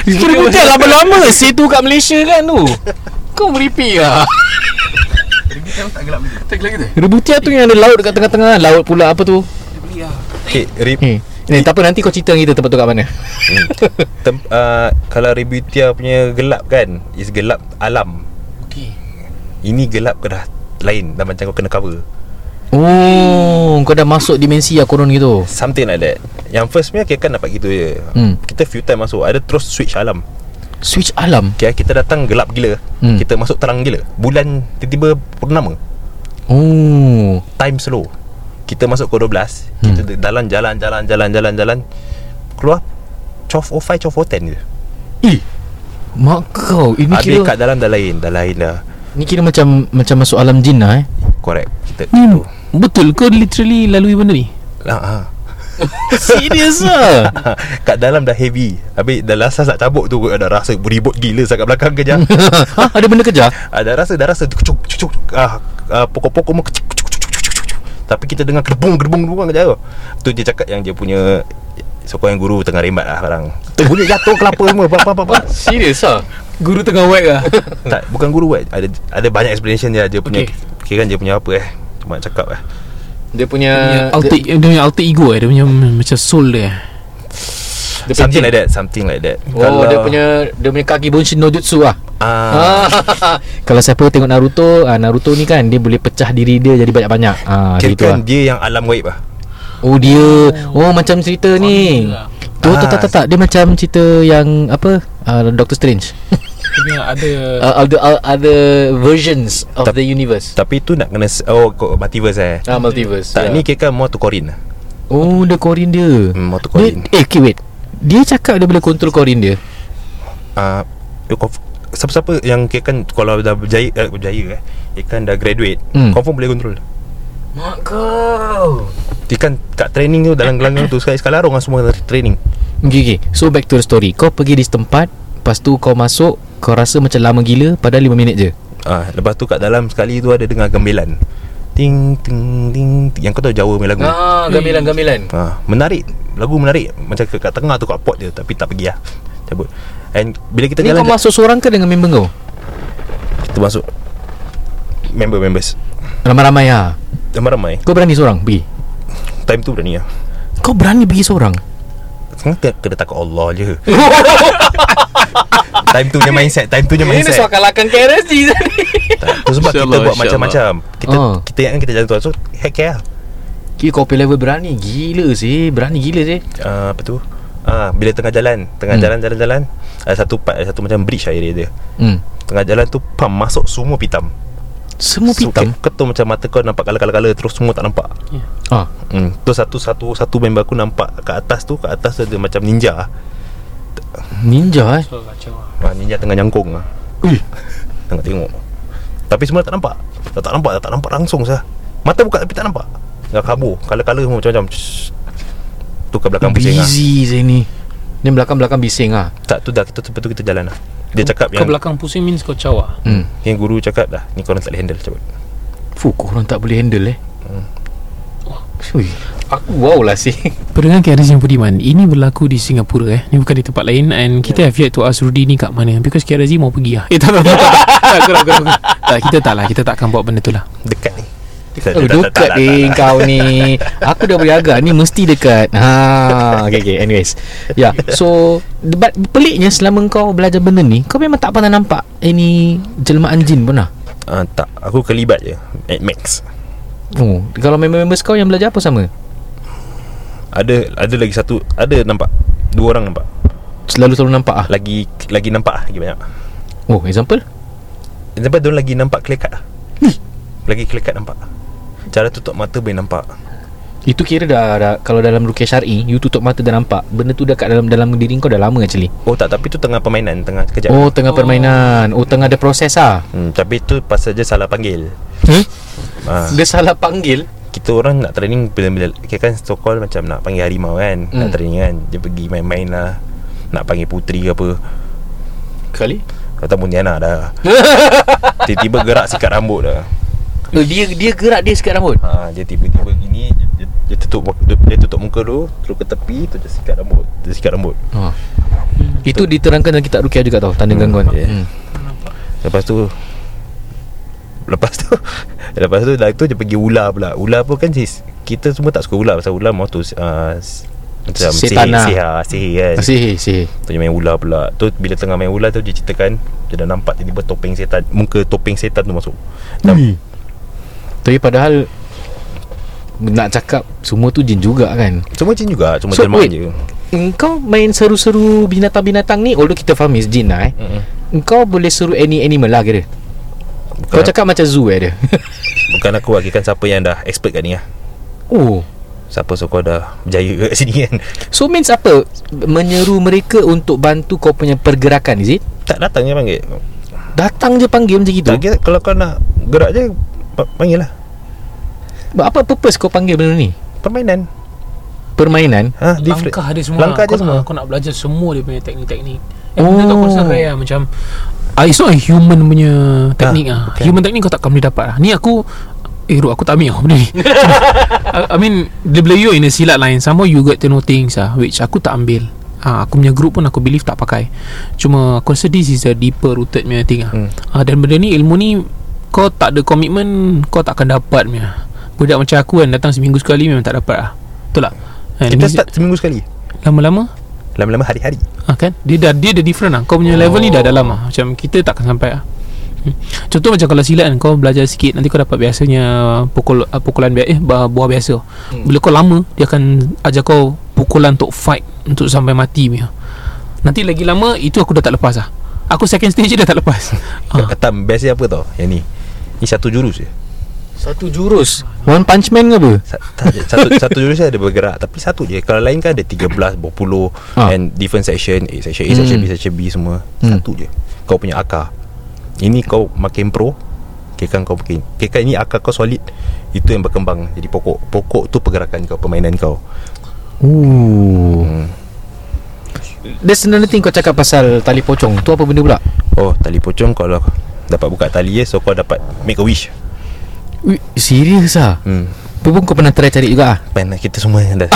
Speaker 1: Kira Pontianak lama-lama situ kat Malaysia kan tu.
Speaker 2: kau meripi lah.
Speaker 1: Rebutia tu yang ada laut dekat tengah-tengah kan. Laut pula apa tu
Speaker 3: Okay rib, hmm.
Speaker 1: hmm. Ni, tak apa nanti kau cerita dengan kita tempat tu kat mana
Speaker 3: tem, uh, Kalau Rebutia punya gelap kan Is gelap alam
Speaker 2: Okay.
Speaker 3: Ini gelap ke dah Lain Dah macam kau kena cover
Speaker 1: Oh kau dah masuk dimensi lah korang gitu
Speaker 3: Something like that Yang first punya Kita kan dapat gitu je
Speaker 1: Hmm.
Speaker 3: Kita few time masuk Ada terus switch alam
Speaker 1: Switch alam
Speaker 3: Okay, kita datang gelap gila
Speaker 1: Hmm.
Speaker 3: hmm. Kita masuk terang gila Bulan tiba-tiba purnama
Speaker 1: Oh
Speaker 3: Time slow Kita masuk ke 12 Kita dalam jalan jalan jalan jalan jalan Keluar 12.05, 12.10 je
Speaker 1: Eh Mak kau Ini
Speaker 3: Habis
Speaker 1: kira
Speaker 3: kat dalam dah lain Dah lain dah
Speaker 1: Ni kira macam Macam masuk alam jin lah eh
Speaker 3: Correct Kita
Speaker 4: Ni
Speaker 3: hmm. tu
Speaker 4: Betul kau literally lalui benda ni
Speaker 3: ha, ha.
Speaker 1: Serius lah
Speaker 3: Kat dalam dah heavy Habis dah rasa nak cabut tu Dah rasa beribut gila Sangat belakang ke je
Speaker 1: ha, Ada benda kejar
Speaker 3: Ah, dah rasa dah rasa cucuk cucuk ah, ah pokok-pokok mah kecuk kecuk kecuk kecuk, kecuk. tapi kita dengar gerbung gerbung gerbung kat jauh. Tu dia cakap yang dia punya sokong yang guru tengah rembat lah barang. Bunyi jatuh kelapa semua apa apa apa.
Speaker 2: Serius lah?
Speaker 4: Guru tengah wag lah
Speaker 3: Tak eh. bukan guru buat. Ada ada banyak explanation dia dia punya
Speaker 2: Okay.
Speaker 3: okay. kira kan dia punya apa eh. Cuma cakap eh.
Speaker 2: Dia punya,
Speaker 4: Dia punya alter,
Speaker 2: dia,
Speaker 4: dia punya alter ego eh Dia punya macam soul dia eh.
Speaker 2: dia punya
Speaker 3: Something like that Something like that
Speaker 2: Oh dia punya Dia punya kaki bunshin no jutsu lah
Speaker 3: ah,
Speaker 2: ah.
Speaker 1: Kalau siapa tengok Naruto ah, Naruto ni kan Dia boleh pecah diri dia Jadi banyak-banyak ah,
Speaker 3: Kira
Speaker 1: gitu
Speaker 3: kan
Speaker 1: lah.
Speaker 3: dia yang alam gaib lah
Speaker 1: Oh dia Oh macam cerita ni
Speaker 4: lah.
Speaker 1: Tu tak
Speaker 3: Ah.
Speaker 1: tak tak tak Dia macam cerita yang Apa ah, Doctor Strange
Speaker 4: Dia punya ada
Speaker 2: uh, other uh, other versions of
Speaker 3: Tap-
Speaker 2: the universe.
Speaker 3: Tapi tu nak kena s- Oh kau- multiverse eh
Speaker 2: Ah multiverse.
Speaker 1: Ya.
Speaker 3: Tak ni kira kan more to Corin lah
Speaker 1: Oh dia korin dia
Speaker 3: hmm, More to
Speaker 1: dia,
Speaker 3: Corin
Speaker 1: Eh okay, wait Dia cakap dia boleh kontrol korin dia
Speaker 3: Ah, you conf- Siapa-siapa yang kira kan Kalau dah berjaya eh, Berjaya eh Kira kan dah graduate
Speaker 1: Hmm.
Speaker 3: Confirm boleh control
Speaker 2: mak kau.
Speaker 3: Dia kan kat training tu Dalam gelanggang tu Sekali sekarang orang semua training
Speaker 1: Okay, okay. So back to the story Kau pergi di tempat Lepas tu kau masuk Kau rasa macam lama gila Padahal 5 minit je
Speaker 3: Ah, lepas tu kat dalam sekali tu ada dengar gamelan. Ting ting ting. ting. Yang kau tahu Jawa punya lagu. Ah.
Speaker 2: Ah gamelan-gamelan.
Speaker 3: menarik. Lagu menarik. Macam kat, kat tengah tu kat pot dia tapi tak pergi lah. Cabut. And bila kita
Speaker 1: Ni
Speaker 3: jalan
Speaker 1: kau masuk seorang ke dengan member kau?
Speaker 3: kita masuk member members.
Speaker 1: Ramai-ramai ha
Speaker 3: Ramai-ramai.
Speaker 1: Kau berani seorang pergi?
Speaker 3: Time tu berani lah.
Speaker 1: Kau berani pergi seorang?
Speaker 3: Sekarang kena, kena takut Allah je. time tu punya mindset, time tu punya
Speaker 2: Ini
Speaker 3: mindset.
Speaker 2: soal kalahkan KRSG tadi.
Speaker 3: Tak, tu sebab kita
Speaker 4: InsyaAllah,
Speaker 3: buat
Speaker 4: insyaAllah.
Speaker 3: macam-macam. Kita
Speaker 1: Ah.
Speaker 3: kita ingat kan kita jalan tu so heck care lah.
Speaker 1: Kira kau pay level berani Gila sih Berani gila sih
Speaker 4: Ya.
Speaker 3: uh, apa tu Ah, bila tengah jalan, tengah
Speaker 1: Hmm.
Speaker 3: jalan jalan-jalan, ada satu part, ada satu macam bridge lah area dia.
Speaker 1: hmm.
Speaker 3: Tengah jalan tu pam masuk semua pitam.
Speaker 1: Semua pitam
Speaker 3: So, ke- ketul macam mata kau nampak kala-kala terus semua tak nampak.
Speaker 1: ha.
Speaker 3: Hmm. Terus satu satu satu member aku nampak kat atas tu, kat atas tu ada macam ninja.
Speaker 1: Ninja eh
Speaker 4: lah.
Speaker 3: Ha, ninja tengah nyangkung ah.
Speaker 1: Ui.
Speaker 3: Tengah tengok. Tapi semua tak nampak. Dah tak nampak, dah tak nampak langsung sah. Mata buka tapi tak nampak. Dah kabur, kala-kala semua macam-macam. Shhh. Tu ke belakang pusing ah.
Speaker 1: Busy sih ni Ni belakang-belakang bising ah.
Speaker 3: Tak tu dah kita tu kita jalan lah. Dia cakap yang
Speaker 4: Kau belakang pusing means kau lah. cawak
Speaker 1: Hmm.
Speaker 3: Yang guru cakap dah Ni korang tak boleh handle cabut
Speaker 1: Fuh, korang tak boleh handle eh. Ui.
Speaker 2: Aku wow lah sih.
Speaker 4: Pendengar KRSG yang Budiman Ini berlaku di Singapura eh Ini bukan di tempat lain And kita have yet to ask Rudy ni kat mana Because KRSG mau pergi lah Eh tak tak tak tak Tak kurang kurang kurang. Tak kita tak lah Kita tak akan buat benda tu lah
Speaker 3: Dekat ni Dekat,
Speaker 1: Oh, dekat ni kau ni. Aku dah boleh agak ni mesti dekat. Ha, okay, okay. Anyways. Ya. Yeah. So, the- but peliknya selama kau belajar benda ni, kau memang tak pernah nampak any jelmaan jin pun lah.
Speaker 3: uh, Tak Aku kelibat je At max
Speaker 1: Oh, kalau member-member kau yang belajar apa sama?
Speaker 3: Ada ada lagi satu Ada nampak Dua orang nampak
Speaker 1: Selalu-selalu nampak ah.
Speaker 3: Lagi Lagi nampak lah, Lagi banyak
Speaker 1: Oh, example?
Speaker 3: Sampai dia orang lagi nampak kelekat lah Lagi kelekat nampak Cara tutup mata boleh nampak
Speaker 1: Itu kira dah, dah kalau dalam rukyah syar'i, you tutup mata dah nampak. Benda tu dah kat dalam dalam diri kau dah lama actually.
Speaker 3: Oh tak tapi tu tengah permainan Tengah kejap
Speaker 1: Oh, tengah permainan. Oh, tengah ada proses ah.
Speaker 3: hmm, Tapi tu pasal je salah panggil
Speaker 1: Eh?
Speaker 3: ha,
Speaker 2: Dia salah panggil.
Speaker 3: Kita orang nak training Bila-bila Kita kan so called macam nak panggil harimau kan Nak training kan Dia pergi main-main lah Nak panggil puteri ke apa
Speaker 2: Kali.
Speaker 3: Kata Muntiana dah Tiba-tiba gerak sikat rambut dah
Speaker 1: Oh,
Speaker 2: Eh, Dia dia gerak dia sikat rambut.
Speaker 3: ha, Dia tiba-tiba gini dia, dia, dia, tutup mu- dia, dia tutup muka dulu Terus ke tepi Terus dia sikat rambut Dia sikat rambut
Speaker 1: Ha. Itu diterangkan dalam kitab rukyah juga tau, tanda
Speaker 3: Hmm,
Speaker 1: gangguan.
Speaker 3: yeah.
Speaker 1: Hmm.
Speaker 3: Lepas tu Lepas tu Lepas tu Dah tu dia pergi ular pula Ular pun kan sis, Kita semua tak suka ular Pasal ular mau tu uh, s- Macam
Speaker 1: Setan lah.
Speaker 3: sihir, sihir, sihir kan
Speaker 1: Sihir, sihir.
Speaker 3: Tu dia main ular pula Tu bila tengah main ular tu Dia ceritakan Dia dah nampak tiba-tiba topeng setan Muka topeng setan tu masuk Macam
Speaker 1: Tapi padahal nak cakap semua tu jin juga kan.
Speaker 3: Semua jin juga Cuma
Speaker 1: So, wait.
Speaker 3: jelmaan je
Speaker 1: Engkau main seru-seru binatang-binatang ni although kita faham is jin lah eh.
Speaker 3: Mm-mm.
Speaker 1: Engkau boleh seru any animal lah kira. Kau
Speaker 3: Bukan-
Speaker 1: cakap macam zoo eh dia.
Speaker 3: Bukan aku bagikan siapa yang dah expert kat ni lah
Speaker 1: oh.
Speaker 3: Siapa sokong dah berjaya kat sini kan
Speaker 1: So means apa? Menyeru mereka untuk bantu kau punya pergerakan is it?
Speaker 3: Tak datang je panggil
Speaker 1: Datang je panggil macam gitu.
Speaker 3: Tak kira kalau kau nak gerak je pa- Panggil lah
Speaker 1: But Apa purpose kau panggil benda ni?
Speaker 3: Permainan
Speaker 1: Permainan?
Speaker 3: ha, different.
Speaker 4: Langkah dia semua
Speaker 3: Langkah dia
Speaker 4: kau
Speaker 3: semua
Speaker 4: Nak, kau nak belajar semua dia punya teknik-teknik Eh
Speaker 1: Oh.
Speaker 4: oh. benda tu aku rasa rare lah Macam ah, It's not a human punya teknik
Speaker 3: Ah,
Speaker 4: ah,
Speaker 3: bukan.
Speaker 4: Human teknik kau takkan boleh dapat lah Ni aku Eh Ruk aku tak ambil lah benda ni I, I mean Bila you in a silat lain Somehow you get to know things lah Which aku tak ambil Ah, aku punya group pun aku believe tak pakai Cuma aku rasa this is a deeper rooted punya thing lah.
Speaker 3: Hmm.
Speaker 4: Ah, dan benda ni ilmu ni kau tak ada komitmen kau tak akan dapat punya. budak macam aku kan datang seminggu sekali memang tak dapat lah betul tak kan,
Speaker 3: Kita
Speaker 4: ni
Speaker 3: start seminggu sekali
Speaker 4: lama-lama
Speaker 3: Lama-lama hari-hari
Speaker 4: ha, kan dia dah dia dah different lah kau punya oh. level ni dah dalam lah macam kita takkan sampai lah Hmm. Contoh macam kalau silat kan Kau belajar sikit Nanti kau dapat biasanya Pukul uh, Pukulan bi- eh, ba- Buah biasa hmm. Bila kau lama Dia akan Ajar kau Pukulan untuk fight Untuk sampai mati punya Nanti lagi lama Itu aku dah tak lepas lah Aku second stage je dah tak lepas
Speaker 1: Ah.
Speaker 3: ha.
Speaker 4: ha.
Speaker 3: Tam best dia apa tau Yang ni Ni satu jurus je
Speaker 2: Satu jurus
Speaker 1: One Punch Man ke apa?
Speaker 3: Sa- tak, satu, satu jurus dia ada bergerak Tapi satu je Kalau lain kan ada 13 Berpuluh
Speaker 1: Ah.
Speaker 3: ha. And different section A section A
Speaker 1: Hmm.
Speaker 3: section B section B semua
Speaker 1: Hmm.
Speaker 3: Satu je Kau punya akar Ini kau makin pro Kekan kau makin Kekan ini akar kau solid Itu yang berkembang Jadi pokok Pokok tu pergerakan kau Permainan kau
Speaker 1: Ooh.
Speaker 3: hmm.
Speaker 1: There's another thing kau cakap pasal tali pocong. Tu apa benda pula?
Speaker 3: Oh tali pocong kalau Dapat buka tali je So kau dapat Make a wish
Speaker 1: Ui, serius ah?
Speaker 3: hmm.
Speaker 1: Apa pun kau pernah try cari juga ah?
Speaker 3: Pen lah kita semua yang dah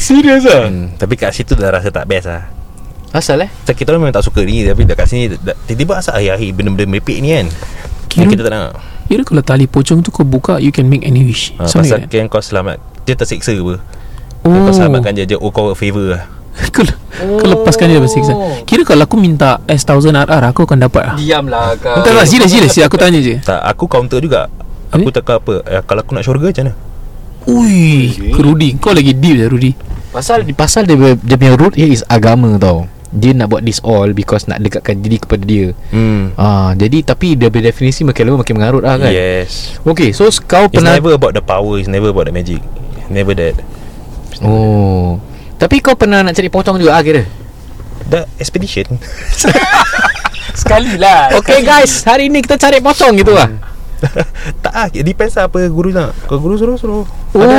Speaker 1: Serius ah?
Speaker 3: hmm. Tapi kat situ dah rasa tak best lah
Speaker 1: Asal eh?
Speaker 3: Macam kita orang memang tak suka ni Tapi dekat sini dah- Tiba-tiba asal akhir-akhir Benda-benda merepek ni kan Kira
Speaker 4: Kira-
Speaker 3: Kita tak nak
Speaker 4: Kira kalau tali pocong tu Kau buka You can make any wish
Speaker 3: ha, Pasal
Speaker 4: Something like that.
Speaker 3: kira kau selamat Dia tersiksa apa oh.
Speaker 4: Oh
Speaker 3: Kau selamatkan dia Dia oh kau favor lah
Speaker 4: Kau, kau lepaskan dia bersiksa
Speaker 3: Oh.
Speaker 4: Kira kalau aku minta S1000RR Aku akan dapat lah
Speaker 2: Diamlah kau
Speaker 4: Entah lah Serius serius serius, Aku tanya je
Speaker 3: Tak aku counter juga Aku takkan apa eh, Kalau aku nak syurga macam mana
Speaker 4: Ui Ke Rudy Kau lagi deep je Rudy
Speaker 1: Pasal pasal dia, dia punya root here is agama tau. Dia nak buat this all because nak dekatkan diri kepada dia.
Speaker 3: hmm.
Speaker 1: Ah, jadi tapi dia punya definisi makin lama makin mengarut ah kan.
Speaker 3: Yes
Speaker 1: Okay, so kau
Speaker 3: It's
Speaker 1: pernah
Speaker 3: never about the power It's never about the magic Never that
Speaker 1: Oh. Tapi kau pernah nak cari pocong juga ah kira.
Speaker 3: The expedition
Speaker 2: Sekali lah
Speaker 1: Okay guys, hari ni kita cari pocong gitu ah.
Speaker 3: Tak ah it Depends lah apa guru nak Kalau guru suruh suruh
Speaker 1: Oh.
Speaker 3: Ada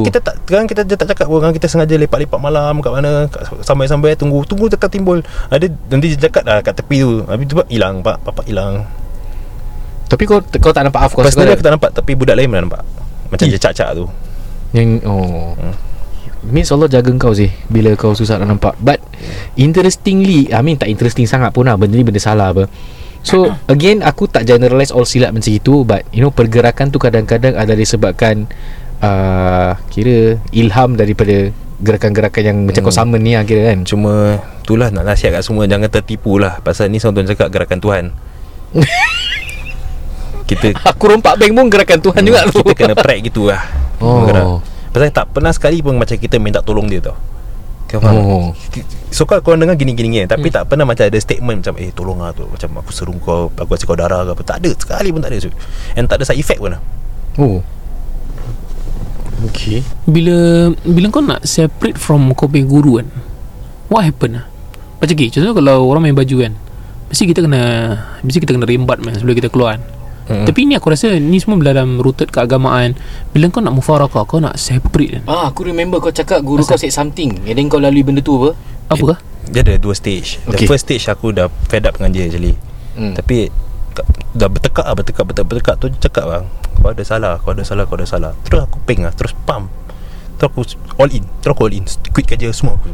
Speaker 3: ada ada Sekarang kita tak Sekarang kita dia tak cakap Orang kita sengaja lepak-lepak malam Kat mana kat Sampai-sampai Tunggu Tunggu tekan timbul Ada Nanti dia cakap lah Kat tepi tu Habis tu hilang pak Bapak hilang
Speaker 1: Tapi kau kau tak nampak afkos
Speaker 3: Personally aku tak nampak Tapi budak lain mana nampak Macam dia cak-cak tu
Speaker 1: Yang oh. Means Allah jaga kau sih Bila kau susah nak nampak But Interestingly I mean tak interesting sangat pun lah Benda ni benda salah apa So again Aku tak generalize all silat macam itu But you know Pergerakan tu kadang-kadang Ada disebabkan uh, Kira Ilham daripada Gerakan-gerakan yang Macam kau summon ni lah kira kan
Speaker 3: Cuma Itulah nak nasihat kat semua Jangan tertipu lah Pasal ni Tuan cakap gerakan Tuhan Kita
Speaker 1: Aku rompak bank pun Gerakan Tuhan Kan juga tu
Speaker 3: Kita kena track gitu lah
Speaker 1: Oh.
Speaker 3: Gerak. Pasal tak pernah sekali pun Macam kita minta tolong dia tau Kau faham
Speaker 1: Oh
Speaker 3: So kau korang dengar gini-gini kan
Speaker 1: Hmm.
Speaker 3: Tapi tak pernah macam ada statement Macam eh tolong lah tu Macam aku seru kau Aku kasi kau darah ke apa Tak ada Sekali pun tak ada so, And tak ada side effect pun lah
Speaker 1: Oh
Speaker 2: Okay
Speaker 4: Bila Bila kau nak separate From kau punya guru kan What happen lah Macam okay, Contoh kalau orang main baju kan Mesti kita kena Mesti kita kena rembat man Sebelum kita keluar kan
Speaker 3: Mm-mm.
Speaker 4: Tapi ni aku rasa Ni semua dalam rooted keagamaan Bila kau nak mufarakah Kau nak separate kan
Speaker 2: Ah, aku remember kau cakap guru kau said something And then kau lalui benda tu apa?
Speaker 4: Apa ah? kah?
Speaker 3: Dia ada dua stage okay. The
Speaker 1: Okay.
Speaker 3: first stage aku dah fed up dengan dia actually
Speaker 1: Hmm.
Speaker 3: hmm. Tapi tak- Dah bertekak lah Bertekak bertekak bertekak Tu dia cakap bang Kau ada salah Kau ada salah Kau ada salah Terus aku ping lah Terus pump Terus aku all in Terus aku all in Quit kerja semua aku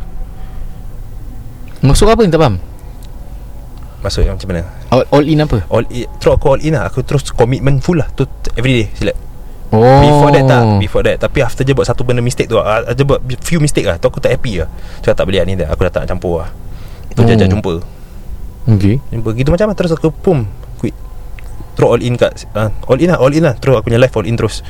Speaker 1: Maksud apa ni tak faham
Speaker 3: Maksud macam mana
Speaker 1: All, all in apa
Speaker 3: All in Terus aku all in lah Aku terus commitment full lah Tu every day silat
Speaker 1: Oh
Speaker 3: Before that tak Before that Tapi after je buat satu benda mistake tu ah, Dia buat few mistake lah Tu aku tak happy lah Cakap tak boleh lah ni dah. Aku dah tak nak campur lah Tu
Speaker 1: Oh.
Speaker 3: jajak jumpa
Speaker 1: Okay
Speaker 3: Jumpa gitu macam lah Terus aku pum Quit Terus all in kat ah, All in lah All in lah Terus aku punya life all in terus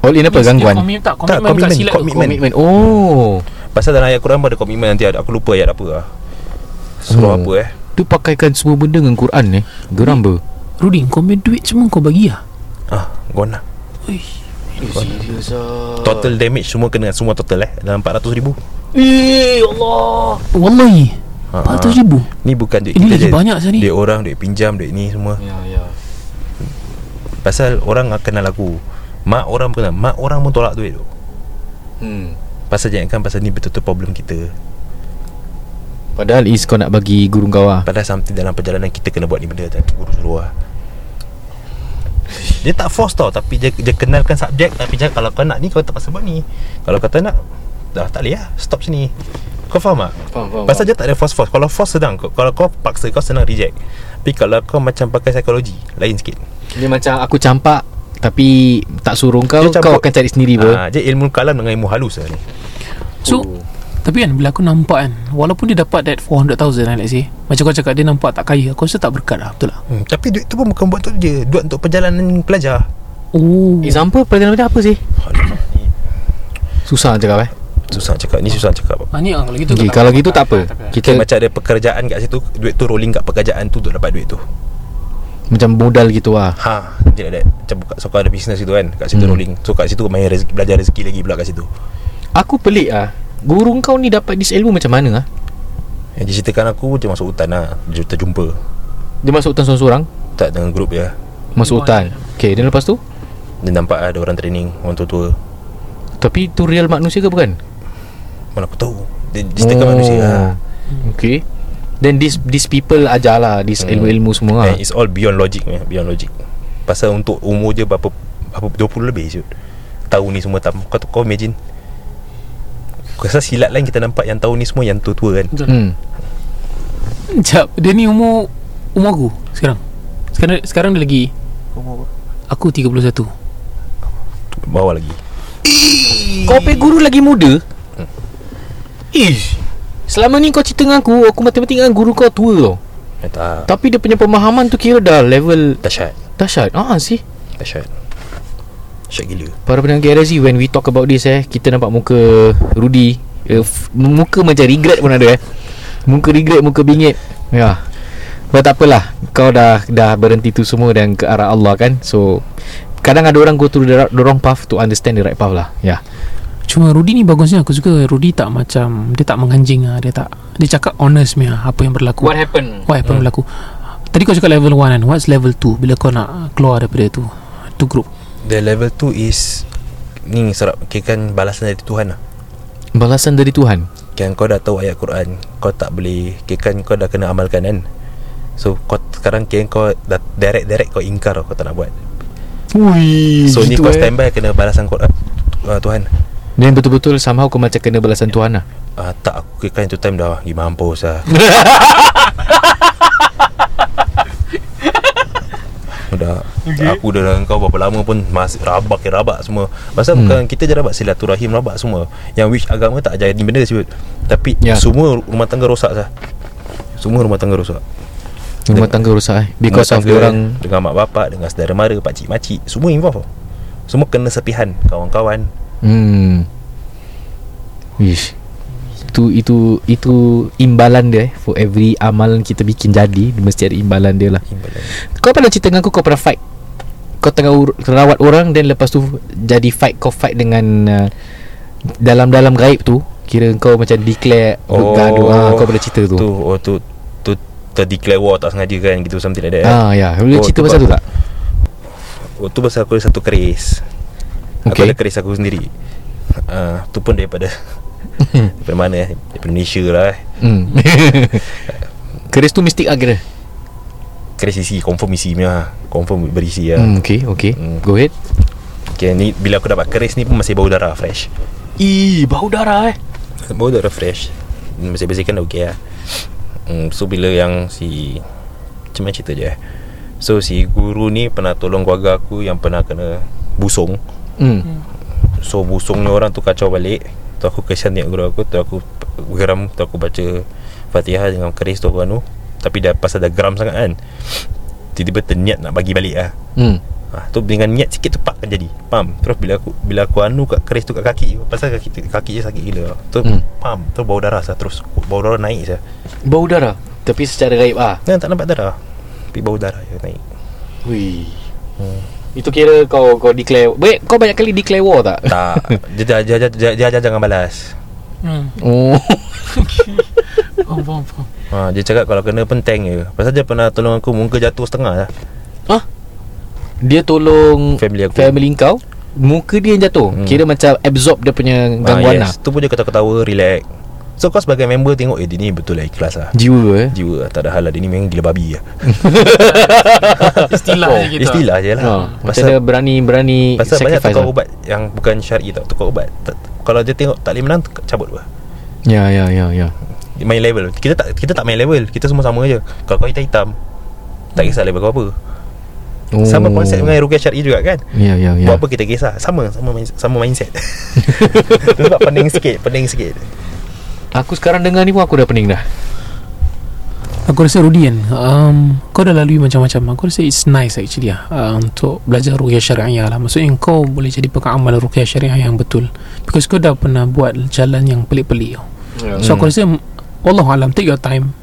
Speaker 1: All in apa gangguan
Speaker 4: tak
Speaker 3: Tak,
Speaker 4: Komitmen kat
Speaker 3: komitmen,
Speaker 4: silat tu.
Speaker 3: komitmen.
Speaker 1: Commitment Oh
Speaker 3: Pasal dalam ayat Quran pun ada komitmen nanti ada- Aku lupa ayat apa lah Surah
Speaker 1: Hmm.
Speaker 3: apa eh
Speaker 1: Tu pakaikan semua benda dengan Quran eh Geram ber
Speaker 4: Rudy kau punya duit semua kau bagi lah
Speaker 3: Ah, gone lah
Speaker 4: Ui,
Speaker 2: Eh, serius
Speaker 4: Uh.
Speaker 2: ah
Speaker 3: Total damage semua kena Semua total eh Dalam 400 ribu
Speaker 2: Eh, Allah
Speaker 4: Wallahi
Speaker 3: Ha,
Speaker 4: 400 ribu
Speaker 3: Ni bukan duit
Speaker 4: Ini
Speaker 3: kita
Speaker 4: lagi banyak sah ni.
Speaker 3: Duit orang Duit pinjam Duit ni semua
Speaker 2: Ya, ya
Speaker 3: Pasal orang kenal aku Mak orang pun kenal Mak orang pun tolak duit tu
Speaker 2: Hmm
Speaker 3: Pasal jangan Pasal ni betul-betul problem kita
Speaker 1: Padahal is kau nak bagi guru kau lah
Speaker 3: Padahal something dalam perjalanan Kita kena buat ni benda Dan guru suruh lah Dia tak force tau Tapi dia, dia kenalkan subjek Tapi dia, kalau kau nak ni Kau terpaksa buat ni Kalau kau tak nak Dah tak boleh lah Stop sini Kau faham tak?
Speaker 2: Faham, faham.
Speaker 3: Pasal dia tak ada force-force Kalau force sedang Kau- Kalau kau paksa Kau senang reject Tapi kalau kau macam pakai psikologi Lain sikit
Speaker 2: faham. dia macam aku
Speaker 1: Aku campak Tapi tak suruh kau
Speaker 3: Dia
Speaker 1: Kau
Speaker 3: campur-
Speaker 1: akan cari sendiri pun
Speaker 3: ha, Dia ilmu kalam dengan ilmu halus lah ni
Speaker 1: Oh.
Speaker 4: So Tapi kan bila aku nampak kan Walaupun dia dapat that 400,000 kan let's say Macam kau cakap dia nampak tak kaya Aku rasa tak berkat lah Betul lah
Speaker 3: hmm, Tapi duit tu pun bukan buat untuk dia Duit untuk perjalanan pelajar
Speaker 4: Oh
Speaker 1: Example perjalanan benda apa sih?
Speaker 3: Alamak ni
Speaker 1: Susah nak cakap eh
Speaker 3: Susah nak cakap Ni susah nak cakap
Speaker 4: Ah, ni ah, kalau gitu
Speaker 1: okay,
Speaker 4: kau tak
Speaker 1: Kalau
Speaker 4: dapat,
Speaker 1: gitu tak apa
Speaker 3: Kita
Speaker 1: Kita
Speaker 3: macam ada pekerjaan kat situ Duit tu rolling kat pekerjaan tu Untuk dapat duit tu
Speaker 1: macam modal gitu lah
Speaker 3: Ha Dia like that Macam buka, so kau ada business gitu kan Kat situ
Speaker 1: Hmm.
Speaker 3: hmm. rolling So kat situ main rezeki, belajar rezeki lagi pula kat situ
Speaker 1: Aku pelik ah. Guru kau ni dapat this ilmu macam mana ah?
Speaker 3: Yang dia ceritakan aku Dia masuk hutan lah Dia terjumpa
Speaker 1: Dia masuk hutan seorang-seorang
Speaker 3: Tak dengan grup dia
Speaker 1: Masuk hutan Okay dan lepas tu
Speaker 3: Dia nampak ada orang training Orang tua-tua
Speaker 1: Tapi tu real manusia ke bukan?
Speaker 3: Mana aku tahu Dia, dia ceritakan oh. manusia ha.
Speaker 1: Okay Oh. Then this these people ajar lah This
Speaker 3: Hmm.
Speaker 1: ilmu-ilmu semua lah
Speaker 3: And it's all beyond logic man. Beyond logic Pasal untuk umur dia berapa, berapa 20 lebih je Tahun ni semua tak Kau, kau imagine Kau rasa silat lain kita nampak Yang tahun ni semua yang tua-tua kan
Speaker 1: Hmm.
Speaker 4: Sekejap Dia ni umur Umur aku Sekarang Sekarang sekarang dia lagi Aku 31
Speaker 3: Bawah lagi
Speaker 1: Kau pay guru lagi muda Ish Selama ni kau cerita dengan aku Aku matematik dengan guru kau tua tau
Speaker 3: Eh, Tak
Speaker 1: Tapi dia punya pemahaman tu kira dah level
Speaker 3: Dahsyat
Speaker 1: Dahsyat Ah ah, sih
Speaker 3: Dahsyat Dahsyat gila
Speaker 1: Para pendengar KRZ When we talk about this eh Kita nampak muka Rudy uh, f- Muka macam regret pun ada eh Muka regret Muka bingit Ya But tak apalah Kau dah dah berhenti tu semua Dan ke arah Allah kan So Kadang ada orang go through the, ra- the wrong path To understand the right path lah Ya yeah.
Speaker 4: Cuma Rudy ni bagusnya Aku suka Rudy tak macam Dia tak menganjing lah Dia tak Dia cakap honest punya Apa yang berlaku
Speaker 2: What happened
Speaker 1: Hmm.
Speaker 4: What happened berlaku Tadi kau cakap level 1 kan What's level 2 Bila kau nak keluar daripada tu Tu group
Speaker 3: The level 2 is Ni serap Kira kan balasan dari Tuhan lah
Speaker 1: Balasan dari Tuhan
Speaker 3: Kira kau dah tahu ayat Quran Kau tak boleh Kira kan kau dah kena amalkan kan So kau sekarang kira kau dah direct-direct kau ingkar tau, kau tak nak buat
Speaker 1: Ui
Speaker 3: So ni kau standby kena balasan Quran uh, Tuhan
Speaker 1: Dan betul-betul somehow kau macam kena balasan Tuhan lah
Speaker 3: uh, Tak aku kira kan tu time dah pergi mampus lah Dah okay. Aku dah dengan kau berapa lama pun Masih rabak ya rabak semua Pasal hmm. bukan kita je rabak Silaturahim rabak semua Yang which agama tak jadi benda sebut Tapi
Speaker 1: Ya.
Speaker 3: yeah. semua rumah tangga rosak sah Semua rumah tangga rosak
Speaker 1: Rumah tangga rosak eh Because of
Speaker 3: Rumah tangga
Speaker 1: orang
Speaker 3: Dengan mak bapak Dengan saudara mara Pakcik-makcik Semua involve tau. Semua kena sepihan Kawan-kawan
Speaker 1: Hmm. Ish. Itu itu itu imbalan dia eh. For every amalan kita bikin jadi, dia mesti ada imbalan dia lah.
Speaker 3: Imbalan.
Speaker 1: Kau pernah cerita dengan aku kau pernah fight. Kau tengah ur- rawat orang dan lepas tu jadi fight kau fight dengan uh, dalam-dalam gaib tu. Kira kau macam declare bergaduh. Ah, kau pernah cerita tu.
Speaker 3: Oh, tu Oh tu Tu Terdeclare war tak sengaja kan Gitu something like that eh.
Speaker 1: Ah ya, boleh
Speaker 3: Oh,
Speaker 1: cerita
Speaker 3: tu
Speaker 1: pasal tu
Speaker 3: pasal-
Speaker 1: tak?
Speaker 3: Oh, tu pasal aku ada satu keris Aku
Speaker 1: Okay.
Speaker 3: ada keris aku sendiri uh, Tu pun daripada Daripada mana eh Daripada Malaysia lah eh.
Speaker 1: Hmm. Keris tu mistik ah kira.
Speaker 3: Keris isi Confirm isi punya ah. Confirm berisi lah
Speaker 1: Hmm, okay, okay.
Speaker 3: Hmm.
Speaker 1: Go ahead.
Speaker 3: okay, ni, Bila aku dapat keris ni pun Masih bau darah fresh
Speaker 2: Ih bau darah eh
Speaker 3: Bau darah fresh Masih bersihkan dah okay lah hmm, So bila yang si Macam mana cerita je eh So si guru ni Pernah tolong keluarga aku Yang pernah kena Busung
Speaker 1: Hmm.
Speaker 3: So busung ni orang tu kacau balik Tu aku kesian tengok guru aku Tu aku geram Tu aku baca Fatihah dengan keris tu aku anu Tapi dah pasal dah geram sangat kan Tiba-tiba terniat nak bagi balik lah
Speaker 1: Hmm.
Speaker 3: Ha, tu dengan niat sikit tu pak kan jadi Pam Terus bila aku Bila aku anu kat keris tu kat kaki Pasal kaki kaki je sakit gila Tu
Speaker 1: Hmm.
Speaker 3: hmm. pam Tu bau darah sah Terus bau darah naik sah
Speaker 1: Bau darah Tapi secara gaib ah.
Speaker 3: Dan tak nampak darah Tapi bau darah je naik
Speaker 1: Hui. Hmm. Itu kira kau kau declare. Baik, kau banyak kali declare war tak?
Speaker 3: Tak Dia dia dia, dia, dia, dia jangan balas
Speaker 4: Hmm
Speaker 1: Oh.
Speaker 4: Faham faham faham
Speaker 3: ha, Dia cakap kalau kena pun tank je Pasal dia pernah tolong aku Muka jatuh setengah lah
Speaker 1: Dia tolong
Speaker 3: Family aku
Speaker 1: family kau. Muka dia yang jatuh.
Speaker 3: Hmm.
Speaker 1: Kira macam absorb dia punya gangguan
Speaker 3: ah,
Speaker 1: lah.
Speaker 3: yes. Tu pun dia ketawa-ketawa Relax So kau sebagai member tengok Eh dia ni betul lah ikhlas lah
Speaker 1: Jiwa eh.
Speaker 3: Jiwa lah, tak ada hal lah Dia ni memang gila babi lah
Speaker 4: Istilah je kita
Speaker 3: Istilah je lah
Speaker 1: Ha, macam dia
Speaker 3: Pasal
Speaker 1: berani berani
Speaker 3: Pasal banyak
Speaker 1: sacrifice.
Speaker 3: tukar
Speaker 1: Lah.
Speaker 3: ubat Yang bukan syari tau Tukar ubat tak, Kalau dia tengok tak boleh menang tuk- Cabut lah
Speaker 1: Ya ya ya ya.
Speaker 3: Main level Kita tak kita tak main level Kita semua sama je Kalau kau hitam-hitam Tak kisah level kau apa
Speaker 1: Oh.
Speaker 3: Sama konsep dengan Rukia Syari juga kan
Speaker 1: Ya ya ya.
Speaker 3: yeah. Buat apa kita kisah Sama Sama main, sama mindset Tu Sebab pening sikit Pening sikit
Speaker 1: Aku sekarang dengar ni pun aku dah pening dah.
Speaker 4: Aku rasa Rudy kan um, Kau dah lalui macam-macam Aku rasa it's nice actually lah, uh, Untuk belajar rukyah syariah lah Maksudnya kau boleh jadi pengamal rukyah syariah yang betul Because kau dah pernah buat jalan yang pelik-pelik tau.
Speaker 2: Ya.
Speaker 4: So aku rasa Allah alam take your time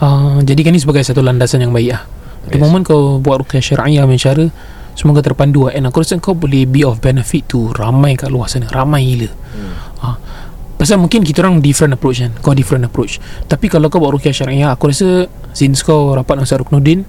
Speaker 4: uh, Jadikan ni sebagai satu landasan yang baik lah The
Speaker 3: Yes.
Speaker 4: moment kau buat rukyah syariah dengan cara Semoga terpandu lah And aku rasa kau boleh be of benefit to Ramai kat luar sana Ramai gila Ah, Pasal mungkin kita orang different approach kan Kau different approach Tapi kalau kau buat rukyah syariah Aku rasa Since kau rapat dengan Ustaz Ruknuddin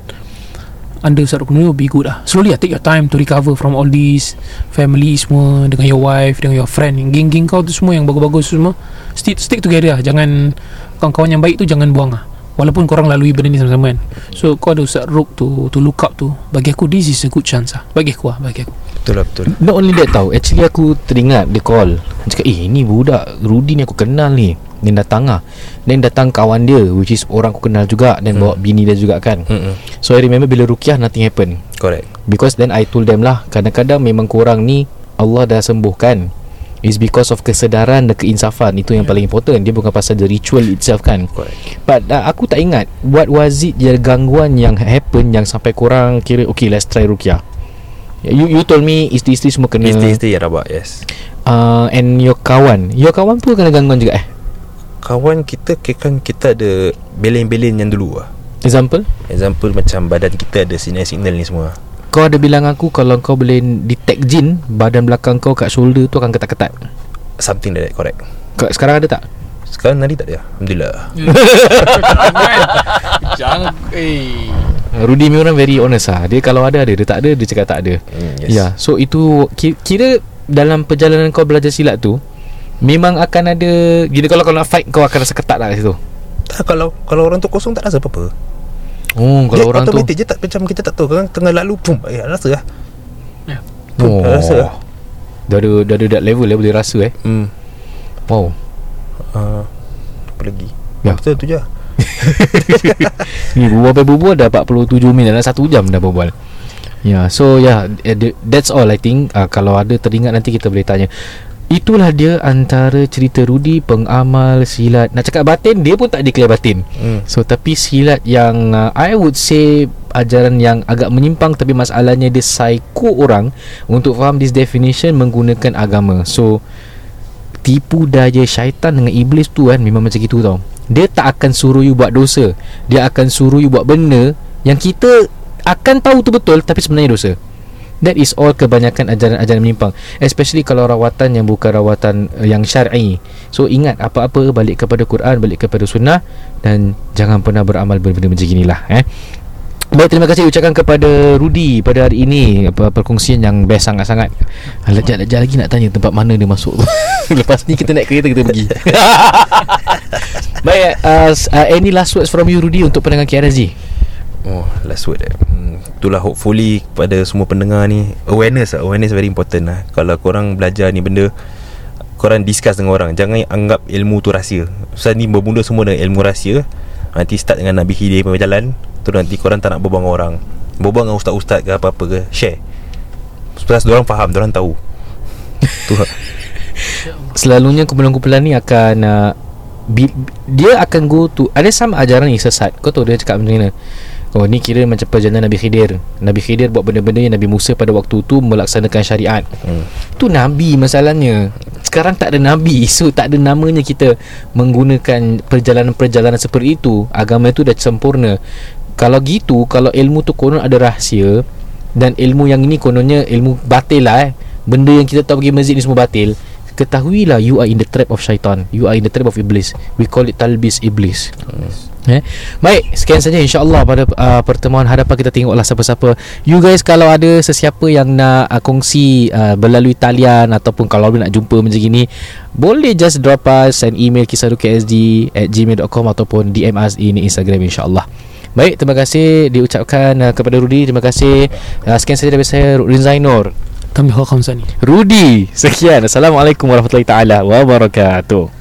Speaker 4: Under Ustaz Ruknuddin will be good lah Slowly lah take your time to recover from all these Family semua Dengan your wife Dengan your friend Geng-geng kau tu semua Yang bagus-bagus tu semua Stick, stick together lah Jangan Kawan-kawan yang baik tu Jangan buang lah Walaupun korang lalui benda ni sama-sama kan So kau ada Ustaz Ruk tu To look up tu Bagi aku this is a good chance lah Bagi aku lah Bagi aku
Speaker 3: Betul lah betul
Speaker 1: Not only that tau Actually aku teringat Dia call Dia cakap Eh ni budak Rudy ni aku kenal ni Then datang lah Then datang kawan dia Which is orang aku kenal juga Then hmm. bawa bini dia juga kan hmm.
Speaker 3: Mm-mm.
Speaker 1: So I remember bila rukiah Nothing happen
Speaker 3: Correct
Speaker 1: Because then I told them lah Kadang-kadang memang korang ni Allah dah sembuhkan It's because of kesedaran dan keinsafan Itu yang paling important Dia bukan pasal the ritual itself kan
Speaker 3: Correct
Speaker 1: But uh, aku tak ingat What was it yang gangguan yang happen Yang sampai korang kira Okay let's try rukiah You you told me isteri-isteri semua kena
Speaker 3: Isteri-isteri yang rabak Yes
Speaker 1: uh, and your kawan your kawan pun kena gangguan juga eh
Speaker 3: Kawan kita Kan kita ada Belin-belin yang dulu lah
Speaker 1: example
Speaker 3: Example macam Badan kita ada signal-signal ni semua
Speaker 1: kau ada bilang aku kalau kau boleh detect jin badan belakang kau kat shoulder tu akan ketat-ketat
Speaker 3: Something like that Correct
Speaker 1: kau, sekarang ada tak
Speaker 3: Sekarang Nadi tak ada Alhamdulillah
Speaker 2: Jangan eh.
Speaker 1: Rudy ni orang very honest lah Dia kalau ada ada Dia tak ada Dia cakap tak ada
Speaker 3: mm,
Speaker 1: yes. yeah, So itu ki- Kira Dalam perjalanan kau belajar silat tu Memang akan ada Gila kalau kau nak fight Kau akan rasa ketat lah kat situ
Speaker 3: Tak kalau Kalau orang tu kosong tak rasa apa-apa
Speaker 1: Oh kalau
Speaker 3: dia
Speaker 1: orang tu
Speaker 3: automatic, tu Dia tak macam kita tak tahu Kan tengah lalu Pum eh, rasa lah Pum
Speaker 1: oh,
Speaker 3: oh. rasa lah
Speaker 1: Dah ada Dah ada that level Dia boleh rasa eh
Speaker 3: hmm.
Speaker 1: Wow
Speaker 3: uh, Apa lagi
Speaker 1: Ya.
Speaker 3: ya. Betul tu je
Speaker 1: Ni berbual sampai berbual dah 47 minit Dalam 1 jam dah berbual Ya yeah, so ya yeah, eh, That's all I think uh, Kalau ada teringat nanti kita boleh tanya Itulah dia antara cerita Rudi Pengamal silat Nak cakap batin Dia pun tak declare batin
Speaker 3: hmm.
Speaker 1: So tapi silat yang uh, I would say Ajaran yang agak menyimpang Tapi masalahnya dia psycho orang Untuk faham this definition Menggunakan agama So Tipu daya syaitan dengan iblis tu kan Memang macam gitu tau Dia tak akan suruh you buat dosa Dia akan suruh you buat benda Yang kita akan tahu tu betul Tapi sebenarnya dosa That is all kebanyakan ajaran-ajaran menyimpang Especially kalau rawatan yang bukan rawatan uh, yang syar'i So ingat apa-apa balik kepada Quran, balik kepada sunnah Dan jangan pernah beramal benda-benda macam inilah eh Baik terima kasih ucapkan kepada Rudi pada hari ini apa, Perkongsian yang best sangat-sangat Alah jap, jap lagi nak tanya tempat mana dia masuk tu Lepas ni kita naik kereta kita pergi Baik uh, s- uh, Any last words from you Rudi untuk pendengar KRSG
Speaker 3: Oh last word eh. hmm. Itulah hopefully Kepada semua pendengar ni Awareness lah Awareness very important lah Kalau korang belajar ni benda Korang discuss dengan orang Jangan anggap ilmu tu rahsia Sebab ni bermula semua dengan ilmu rahsia Nanti start dengan Nabi Hidir punya jalan Tu nanti korang tak nak berbual dengan orang Berbual dengan ustaz-ustaz ke apa-apa ke Share Sebab orang faham Diorang tahu Tu lah
Speaker 1: selalunya kumpulan-kumpulan ni akan uh, bi- dia akan go to ada some ajaran yang sesat kau tahu dia cakap macam mana oh ni kira macam perjalanan Nabi Khidir Nabi Khidir buat benda-benda yang Nabi Musa pada waktu tu melaksanakan syariat
Speaker 3: Hmm.
Speaker 1: tu Nabi masalahnya sekarang tak ada Nabi so tak ada namanya kita menggunakan perjalanan-perjalanan seperti itu agama itu dah sempurna kalau gitu kalau ilmu tu konon ada rahsia dan ilmu yang ini kononnya ilmu batil lah eh benda yang kita tahu pergi masjid ni semua batil ketahuilah you are in the trap of syaitan you are in the trap of iblis we call it talbis iblis Eh? Baik, sekian saja insyaAllah pada uh, pertemuan hadapan kita tengoklah siapa-siapa You guys kalau ada sesiapa yang nak uh, kongsi uh, melalui talian Ataupun kalau nak jumpa macam gini Boleh just drop us an email kisaruksd at gmail.com Ataupun DM us in Instagram insyaAllah Baik, terima kasih diucapkan uh, kepada Rudi Terima kasih uh, Sekian saja dari saya Rinzainur
Speaker 4: Tamliha Khamsani
Speaker 1: Rudi, sekian Assalamualaikum warahmatullahi taala wabarakatuh